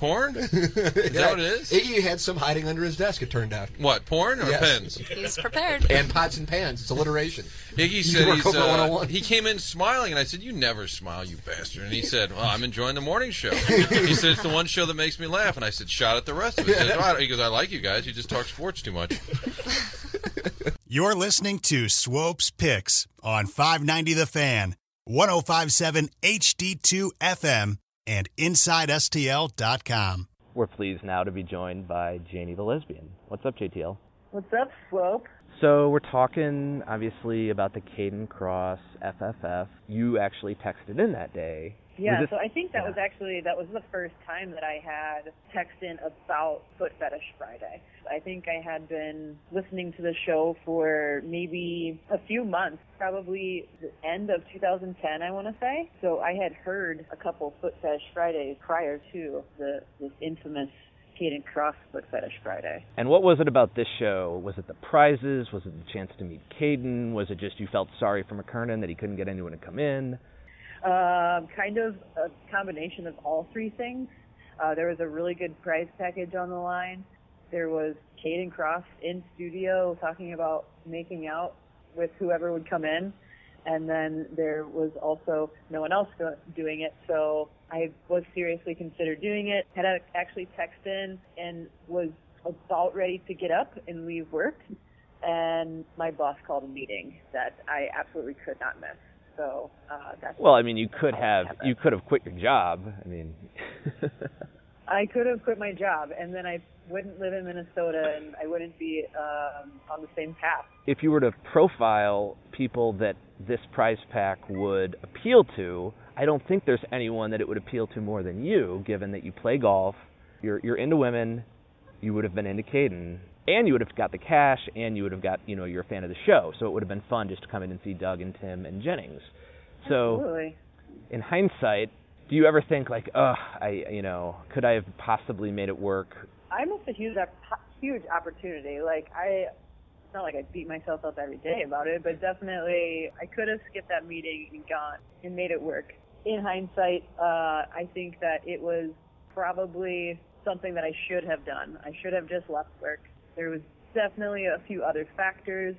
S16: Porn? Is that what it is?
S8: Iggy had some hiding under his desk. It turned out.
S16: What, porn or
S8: Yes.
S16: pens?
S9: He's prepared.
S8: And pots and pans. It's alliteration.
S16: Iggy
S8: You
S16: said
S8: work
S16: he's,
S8: over
S16: uh,
S8: 101.
S16: he came in smiling, and I said, "You never smile, you bastard." And he said, well, "I'm enjoying the morning show." he said, "It's the one show that makes me laugh." And I said, "Shot at the rest of it." He, said, "Well, I don't-" he goes, "I like you guys. You just talk sports too much."
S18: You're listening to Swope's Picks on 590 The Fan, 1057 HD2 FM, and InsideSTL.com.
S19: We're pleased now to be joined by Janie the Lesbian. What's up, JTL?
S20: What's up, Slope?
S19: So we're talking obviously about the Caden Cross FFF. You actually texted in that day.
S20: Yeah,
S19: Was this-
S20: so I think that was actually that was the first time that I had text in about Foot Fetish Friday. I think I had been listening to the show for maybe a few months, probably the end of 2010, I want to say. So I had heard a couple Foot Fetish Fridays prior to the this infamous Caden Cross Foot Fetish Friday.
S19: and what was it about this show? Was it the prizes? Was it the chance to meet Caden? Was it just you felt sorry for McKernan that he couldn't get anyone to come in?
S20: Um, kind of a combination of all three things. Uh, there was a really good prize package on the line. There was Caden Cross in studio talking about making out with whoever would come in. And then there was also no one else go- doing it. So I was seriously considered doing it. Had ac- actually texted in and was about ready to get up and leave work. And my boss called a meeting that I absolutely could not miss. So uh, that's
S19: Well, I mean, you could have you could have quit your job. I mean,
S20: I could have quit my job, and then I wouldn't live in Minnesota, and I wouldn't be um, on the same path.
S19: if you were to profile people that this prize pack would appeal to, I don't think there's anyone that it would appeal to more than you, given that you play golf, you're you're into women, you would have been into Caden, and you would have got the cash, and you would have got you know you're a fan of the show, so it would have been fun just to come in and see Doug and Tim and Jennings. So
S20: Absolutely.
S19: in hindsight, do you ever think like, ugh, I you know could I have possibly made it work?
S20: I missed a huge, op- huge opportunity. Like I, it's not like I beat myself up every day about it, but definitely I could have skipped that meeting and gone and made it work. In hindsight, uh, I think that it was probably something that I should have done. I should have just left work. There was definitely a few other factors,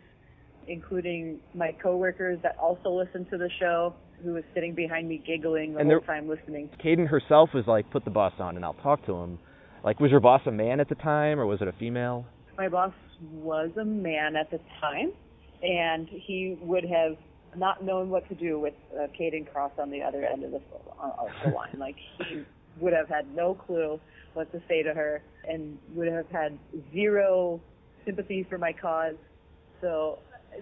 S20: including my coworkers that also listened to the show, who was sitting behind me giggling the
S19: And
S20: whole
S19: there-
S20: time listening.
S19: Caden herself was like, put the boss on and I'll talk to him. Like, was your boss a man at the time or was it a female?
S20: My boss was a man at the time, and he would have not known what to do with uh, Caden Cross on the other end of the, uh, of the line. Like, he would have had no clue what to say to her and would have had zero sympathy for my cause. So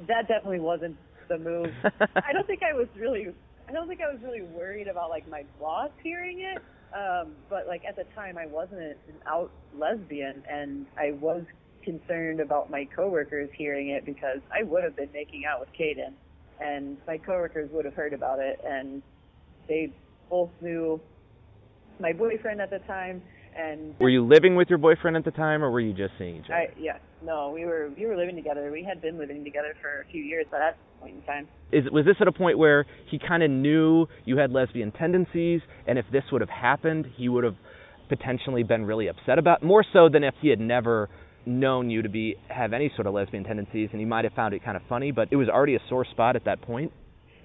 S20: that definitely wasn't the move. I don't think I was really I don't think I was really worried about like my boss hearing it. Um, but like at the time I wasn't an out lesbian and I was concerned about my coworkers hearing it because I would have been making out with Caden and my coworkers would have heard about it and they both knew my boyfriend at the time and
S19: Were you living with your boyfriend at the time or were you just seeing each other?
S20: I yeah, no, we were we were living together. We had been living together for a few years by that point in time.
S19: Is, was this at a point where he kind of knew you had lesbian tendencies and if this would have happened, he would have potentially been really upset about more so than if he had never known you to be have any sort of lesbian tendencies and he might have found it kind of funny, but it was already a sore spot at that point.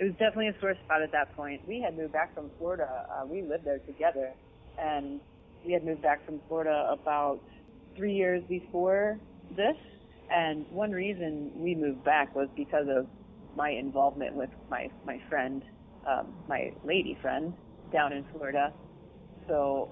S20: It was definitely a sore spot at that point. We had moved back from Florida. Uh, we lived there together, and we had moved back from Florida about three years before this. And one reason we moved back was because of my involvement with my my friend, um, my lady friend down in Florida. So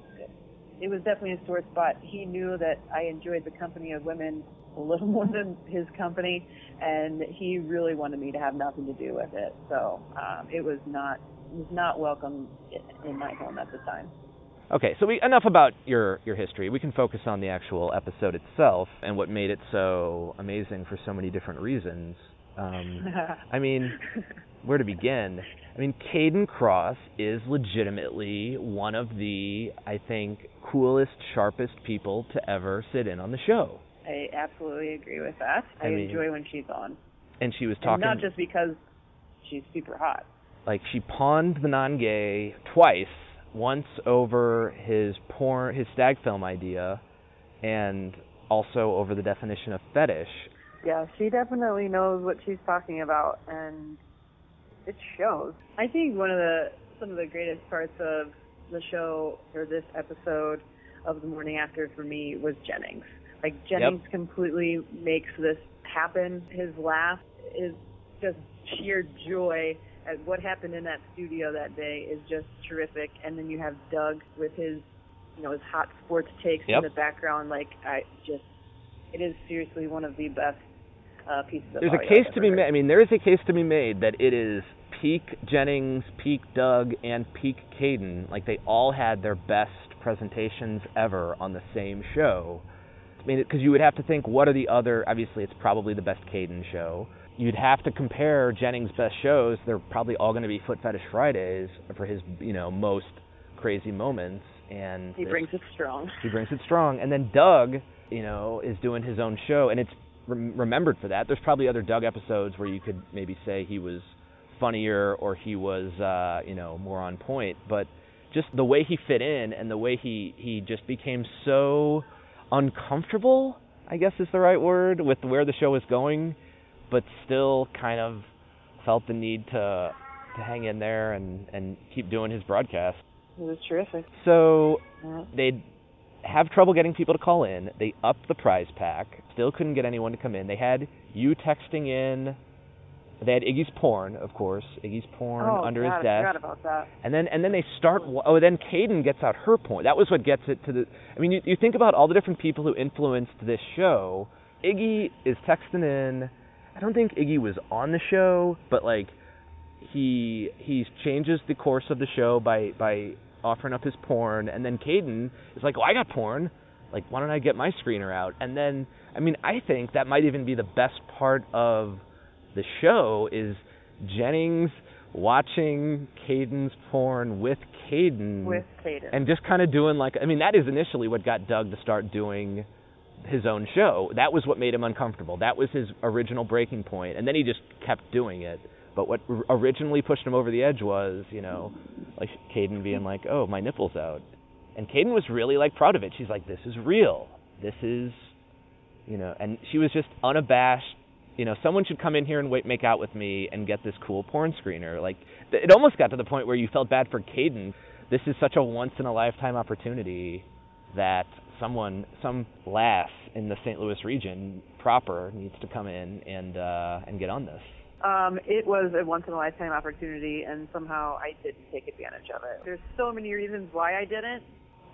S20: it was definitely a sore spot. He knew that I enjoyed the company of women a little more than his company, and he really wanted me to have nothing to do with it. So um, it was not it was not welcome i- in my home at the time.
S19: Okay, so we, enough about your, your history. We can focus on the actual episode itself and what made it so amazing for so many different reasons. Um, I mean, where to begin? I mean, Caden Cross is legitimately one of the, I think, coolest, sharpest people to ever sit in on the show.
S20: I absolutely agree with that. I,
S19: I mean,
S20: enjoy when she's on,
S19: And she was
S20: and
S19: talking
S20: not just because she's super hot.
S19: like she pawned the non-gay twice once over his porn, his stag film idea, and also over the definition of fetish.
S20: Yeah, she definitely knows what she's talking about, and it shows. I think one of the some of the greatest parts of the show or this episode of the morning after for me was Jennings. Like Jennings completely makes this happen. His laugh is just sheer joy at what happened in that studio that day is just terrific. And then you have Doug with his you know his hot sports takes
S19: Yep.
S20: in the background. Like I just it is seriously one of the best uh, pieces of
S19: There's a
S20: audio
S19: case
S20: I've
S19: to be made. I mean, there is a case to be made that it is peak Jennings, peak Doug, and peak Caden. Like they all had their best presentations ever on the same show. I mean, because you would have to think, what are the other? Obviously, it's probably the best Caden show. You'd have to compare Jennings' best shows. They're probably all going to be Foot Fetish Fridays for his, you know, most crazy moments. And
S20: He
S19: this-
S20: brings it strong.
S19: he brings it strong. And then Doug, you know, is doing his own show, and it's rem- remembered for that. There's probably other Doug episodes where you could maybe say he was funnier or he was, uh, you know, more on point. But just the way he fit in and the way he he just became so uncomfortable, I guess is the right word, with where the show was going, but still kind of felt the need to to hang in there and and keep doing his broadcast.
S20: It was terrific.
S19: So
S20: Yeah.
S19: they'd have trouble getting people to call in. They upped the prize pack. Still couldn't get anyone to come in. They had you texting in. They had Iggy's porn, of course. Iggy's porn
S20: oh,
S19: under
S20: God,
S19: his
S20: I
S19: desk.
S20: forgot about that.
S19: And then and then they start. Oh, then Caden gets out her porn. That was what gets it to the. I mean, you, you think about all the different people who influenced this show. Iggy is texting in. I don't think Iggy was on the show, but like he he changes the course of the show by by offering up his porn, and then Caden is like, "Oh, I got porn. Like, why don't I get my screener out?" And then, I mean, I think that might even be the best part of the show is Jennings watching Caden's porn with Caden
S20: With Caden.
S19: and just kind of doing like I mean that is initially what got Doug to start doing his own show. That was what made him uncomfortable. That was his original breaking point, and then he just kept doing it. But what r- originally pushed him over the edge was, you know, like Caden being like, "Oh, my nipples out," and Caden was really like proud of it. She's like, "This is real. This is, you know," and she was just unabashed. You know, someone should come in here and wait, make out with me and get this cool porn screener. Like, th- it almost got to the point where you felt bad for Caden. This is such a once in a lifetime opportunity that someone, some lass in the St. Louis region proper, needs to come in and uh, and get on this.
S20: Um, it was a once in a lifetime opportunity, and somehow I didn't take advantage of it. There's so many reasons why I didn't,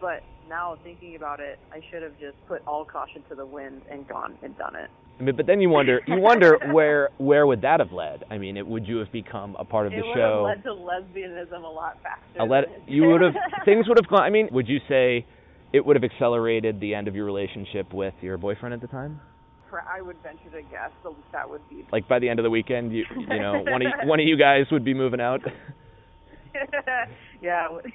S20: but now thinking about it, I should have just put all caution to the wind and gone and done it.
S19: I mean, but then you wonder, you wonder where where would that have led? I mean, it, would you have become a part of
S20: it
S19: the
S20: would
S19: show?
S20: have led to lesbianism a lot faster.
S19: I let you would have things would have gone. I mean, would you say it would have accelerated the end of your relationship with your boyfriend at the time?
S20: Pra- I would venture to guess that that would be.
S19: Like by the end of the weekend, you you know one of y- one of you guys would be moving out.
S20: yeah. it would-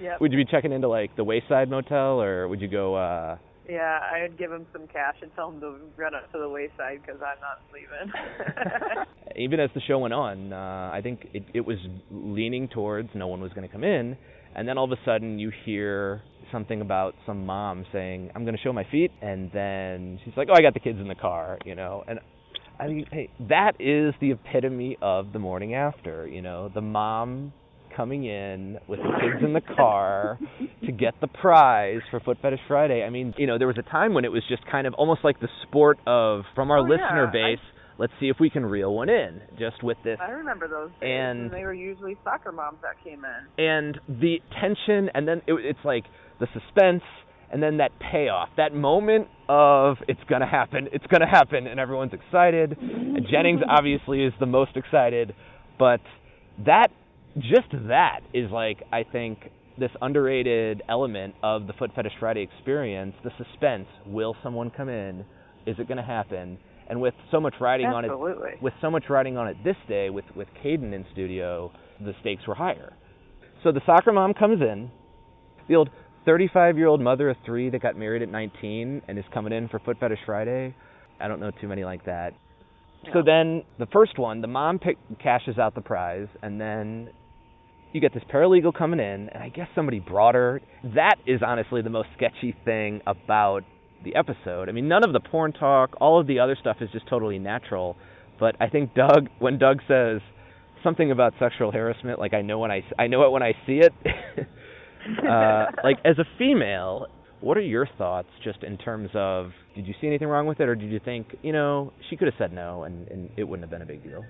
S20: yep.
S19: Would you be checking into like the Wayside Motel, or would you go? uh
S20: Yeah, I would give him some cash and tell him to run up to the wayside because I'm not leaving.
S19: even as the show went on, uh, I think it, it was leaning towards no one was going to come in, and then all of a sudden you hear something about some mom saying, "I'm going to show my feet," and then she's like, "Oh, I got the kids in the car," you know, and I mean, hey, that is the epitome of the morning after, you know, the mom coming in with the kids in the car to get the prize for Foot Fetish Friday. I mean, you know, there was a time when it was just kind of almost like the sport of from our
S20: Oh, yeah,
S19: listener
S20: I-
S19: base, let's see if we can reel one in just with this
S20: I remember those days,
S19: And-
S20: and they were usually soccer moms that came in.
S19: and the tension and then it, it's like the suspense and then that payoff, that moment of it's gonna happen, it's gonna happen, and everyone's excited. And Jennings obviously is the most excited, but that just that is like I think this underrated element of the Foot Fetish Friday experience, the suspense. Will someone come in? Is it gonna happen? And with so much riding on
S20: Absolutely.
S19: it, with so much riding on it this day, with with Caden in studio, the stakes were higher. So the soccer mom comes in, the old 35 year old mother of three that got married at 19 and is coming in for Foot Fetish Friday. I don't know too many like that. So then the first one, the mom pick, cashes out the prize, and then you get this paralegal coming in, and I guess somebody brought her. That is honestly the most sketchy thing about the episode. I mean, none of the porn talk, all of the other stuff is just totally natural. But I think Doug, when Doug says something about sexual harassment, like I know when I, s- I know it when I see it. uh, like as a female, what are your thoughts just in terms of did you see anything wrong with it, or did you think you know she could have said no and, and it wouldn't have been a big deal?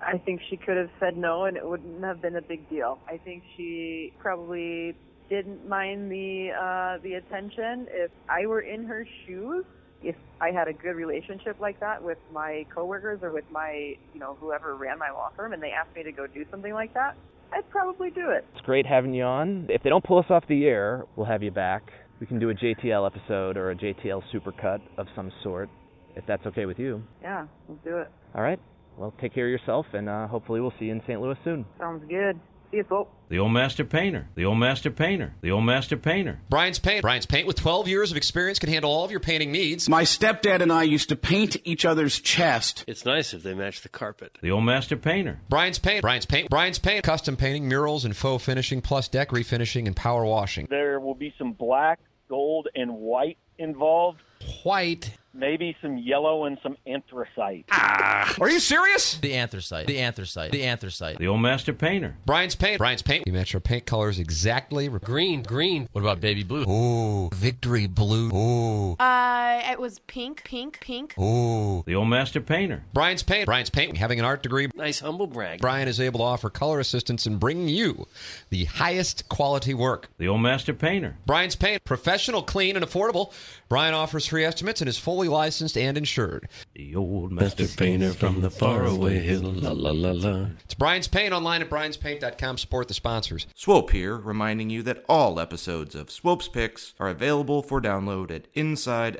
S20: I think she could have said no and it wouldn't have been a big deal. I think she probably didn't mind the uh the attention. If I were in her shoes, if I had a good relationship like that with my coworkers or with my, you know, whoever ran my law firm and they asked me to go do something like that, I'd probably do it.
S19: It's great having you on. If they don't pull us off the air, we'll have you back. We can do a JTL episode or a JTL supercut of some sort, if that's okay with you.
S20: Yeah, we'll do it.
S19: All right. Well, take care of yourself, and uh, hopefully we'll see you in St. Louis soon.
S20: Sounds good. See you folks.
S21: The old master painter. The old master painter. The old master painter.
S8: Brian's Paint. Brian's Paint with 12 years of experience can handle all of your painting needs.
S7: My stepdad and I used to paint each other's chest.
S5: It's nice if they match the carpet.
S21: The old master painter.
S8: Brian's Paint. Brian's Paint. Brian's Paint. Custom painting, murals, and faux finishing, plus deck refinishing and power washing.
S22: There will be some black, gold, and white involved.
S8: White.
S22: Maybe some yellow and some anthracite.
S19: Ah.
S8: Are you serious?
S17: The anthracite. The anthracite. The anthracite.
S21: The old master painter.
S8: Brian's Paint. Brian's Paint. You match your paint colors exactly.
S5: Green. Green. What about baby blue?
S8: Ooh. Victory blue. Ooh.
S9: Uh, it was pink, pink, pink.
S8: Ooh.
S21: The old master painter.
S8: Brian's Paint. Brian's Paint. Having an art degree.
S5: Nice humble brag.
S8: Brian is able to offer color assistance and bring you the highest quality work.
S21: The old master painter.
S8: Brian's Paint, professional, clean, and affordable. Brian offers free estimates and is fully licensed and insured.
S21: The old master painter from the faraway hill. La la la la.
S8: It's Brian's Paint online at brianspaint.com. Support the sponsors.
S6: Swope here, reminding you that all episodes of Swope's Picks are available for download at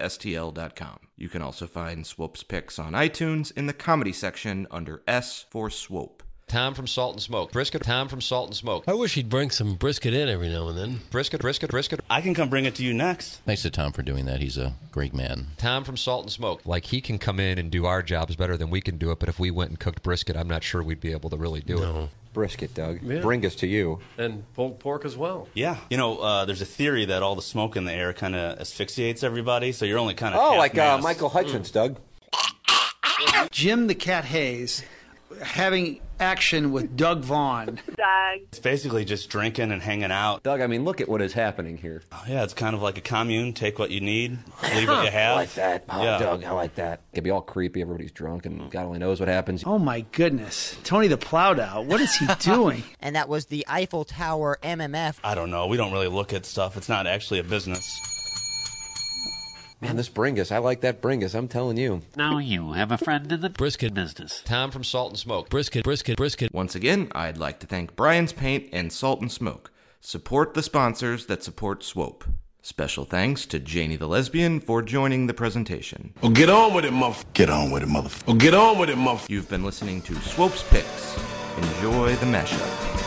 S6: InsideSTL.com. You can also find Swope's Picks on iTunes in the comedy section under S for Swope.
S8: Tom from Salt and Smoke. Brisket, Tom from Salt and Smoke.
S5: I wish he'd bring some brisket in every now and then.
S8: Brisket, brisket, brisket.
S22: I can come bring it to you next.
S17: Thanks to Tom for doing that. He's a great man.
S8: Tom from Salt and Smoke. Like he can come in and do our jobs better than we can do it, but if we went and cooked brisket, I'm not sure we'd be able to really do it.
S22: Brisket, Doug.
S5: Yeah. Bring
S22: us to you.
S5: And pulled pork as well.
S22: Yeah. You know, uh, there's a theory that all the smoke in the air kind of asphyxiates everybody, so you're only kind of.
S23: Oh, like uh, Michael
S3: Mm.
S23: Hutchins, Doug.
S24: Jim the Cat Hayes having action with Doug Vaughn. Doug.
S22: It's basically just drinking and hanging out. Oh,
S23: Doug, I mean, look at what is happening here.
S22: Yeah, it's kind of like a commune. Take what you need, leave what you have.
S23: I like that. Oh, Doug, I like that. It could be all creepy. Everybody's drunk, and God only knows what happens.
S24: Oh my goodness. Tony the Plowdow, what is he doing?
S25: And that was the Eiffel Tower MMF.
S22: I don't know. We don't really look at stuff. It's not actually a business.
S23: Man, this Bringus, I like that Bringus. I'm telling you.
S17: Now you have a friend in the brisket business.
S8: Tom from Salt and Smoke.
S17: Brisket, brisket, brisket.
S6: Once again, I'd like to thank Brian's Paint and Salt and Smoke. Support the sponsors that support Swope. Special thanks to Janie the Lesbian for joining the presentation.
S7: Oh, get on with it, motherfucker. Get on with it, motherfucker. Oh, get on with it, motherfucker.
S6: You've been listening to Swope's Picks. Enjoy the mashup.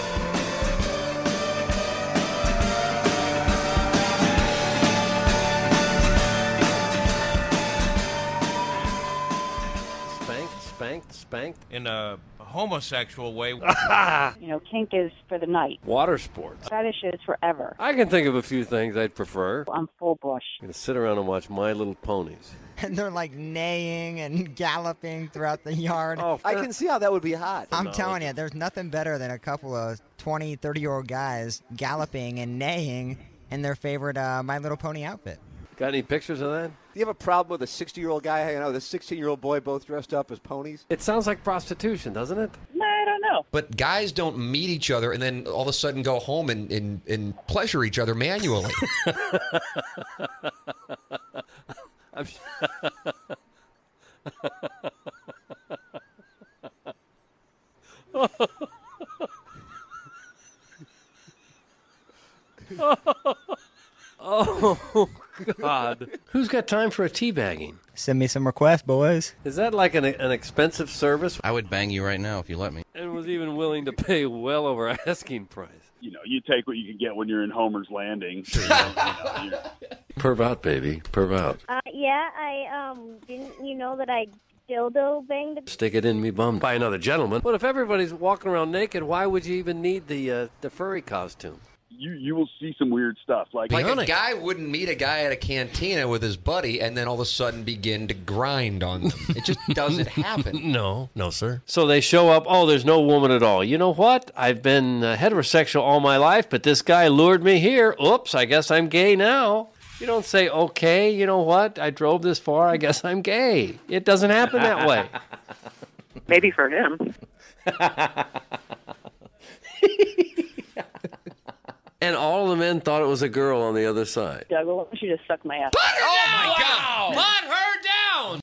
S3: Spanked, spanked, spanked.
S26: in a homosexual way.
S24: You know, kink is for the night.
S3: Water sports.
S24: Fetish is forever.
S3: I can think of a few things I'd prefer. I'm
S24: I'm full bush.
S3: going to sit around and watch My Little Ponies.
S25: And they're like neighing and galloping throughout the yard. Oh,
S23: I can see how that would be hot.
S25: I'm telling you, there's nothing better than a couple of 20, 30 year old guys galloping and neighing in their favorite uh, My Little Pony outfit.
S3: Got any pictures of that?
S23: Do you have a problem with a 60 year old guy hanging out with a 16 year old boy both dressed up as ponies?
S3: It sounds like prostitution, doesn't it?
S24: I don't know.
S8: But guys don't meet each other and then all of a sudden go home and, and, and pleasure each other manually.
S3: I'm oh, God. Who's got time for a teabagging?
S25: Send me some requests, boys.
S3: Is that like an, an expensive service?
S17: I would bang you right now if you let me.
S3: And was e-, even willing to pay well over asking price.
S27: You know, you take what you can get when you're in Homer's Landing.
S3: Perv out, baby. Perv out.
S28: Uh, yeah, I um didn't you know that I
S1: dildo bang the
S3: Stick it in me bum by another gentleman.
S5: But if everybody's walking around naked, why would you even need the uh, the furry costume?
S27: You you will see some weird stuff. Like
S8: Like a guy wouldn't meet a guy at a cantina with his buddy and then all of a sudden begin to grind on them. It just doesn't happen.
S5: No, no, sir. So they show up. Oh, there's no woman at all. You know what? I've been uh, heterosexual all my life, but this guy lured me here. Oops, I guess I'm gay now. You don't say, okay, you know what? I drove this far. I guess I'm gay. It doesn't happen that way.
S4: Maybe for him.
S3: And all the men thought it was a girl on the other side.
S4: Doug, why don't you just suck my ass?
S5: Oh my God! Put her down.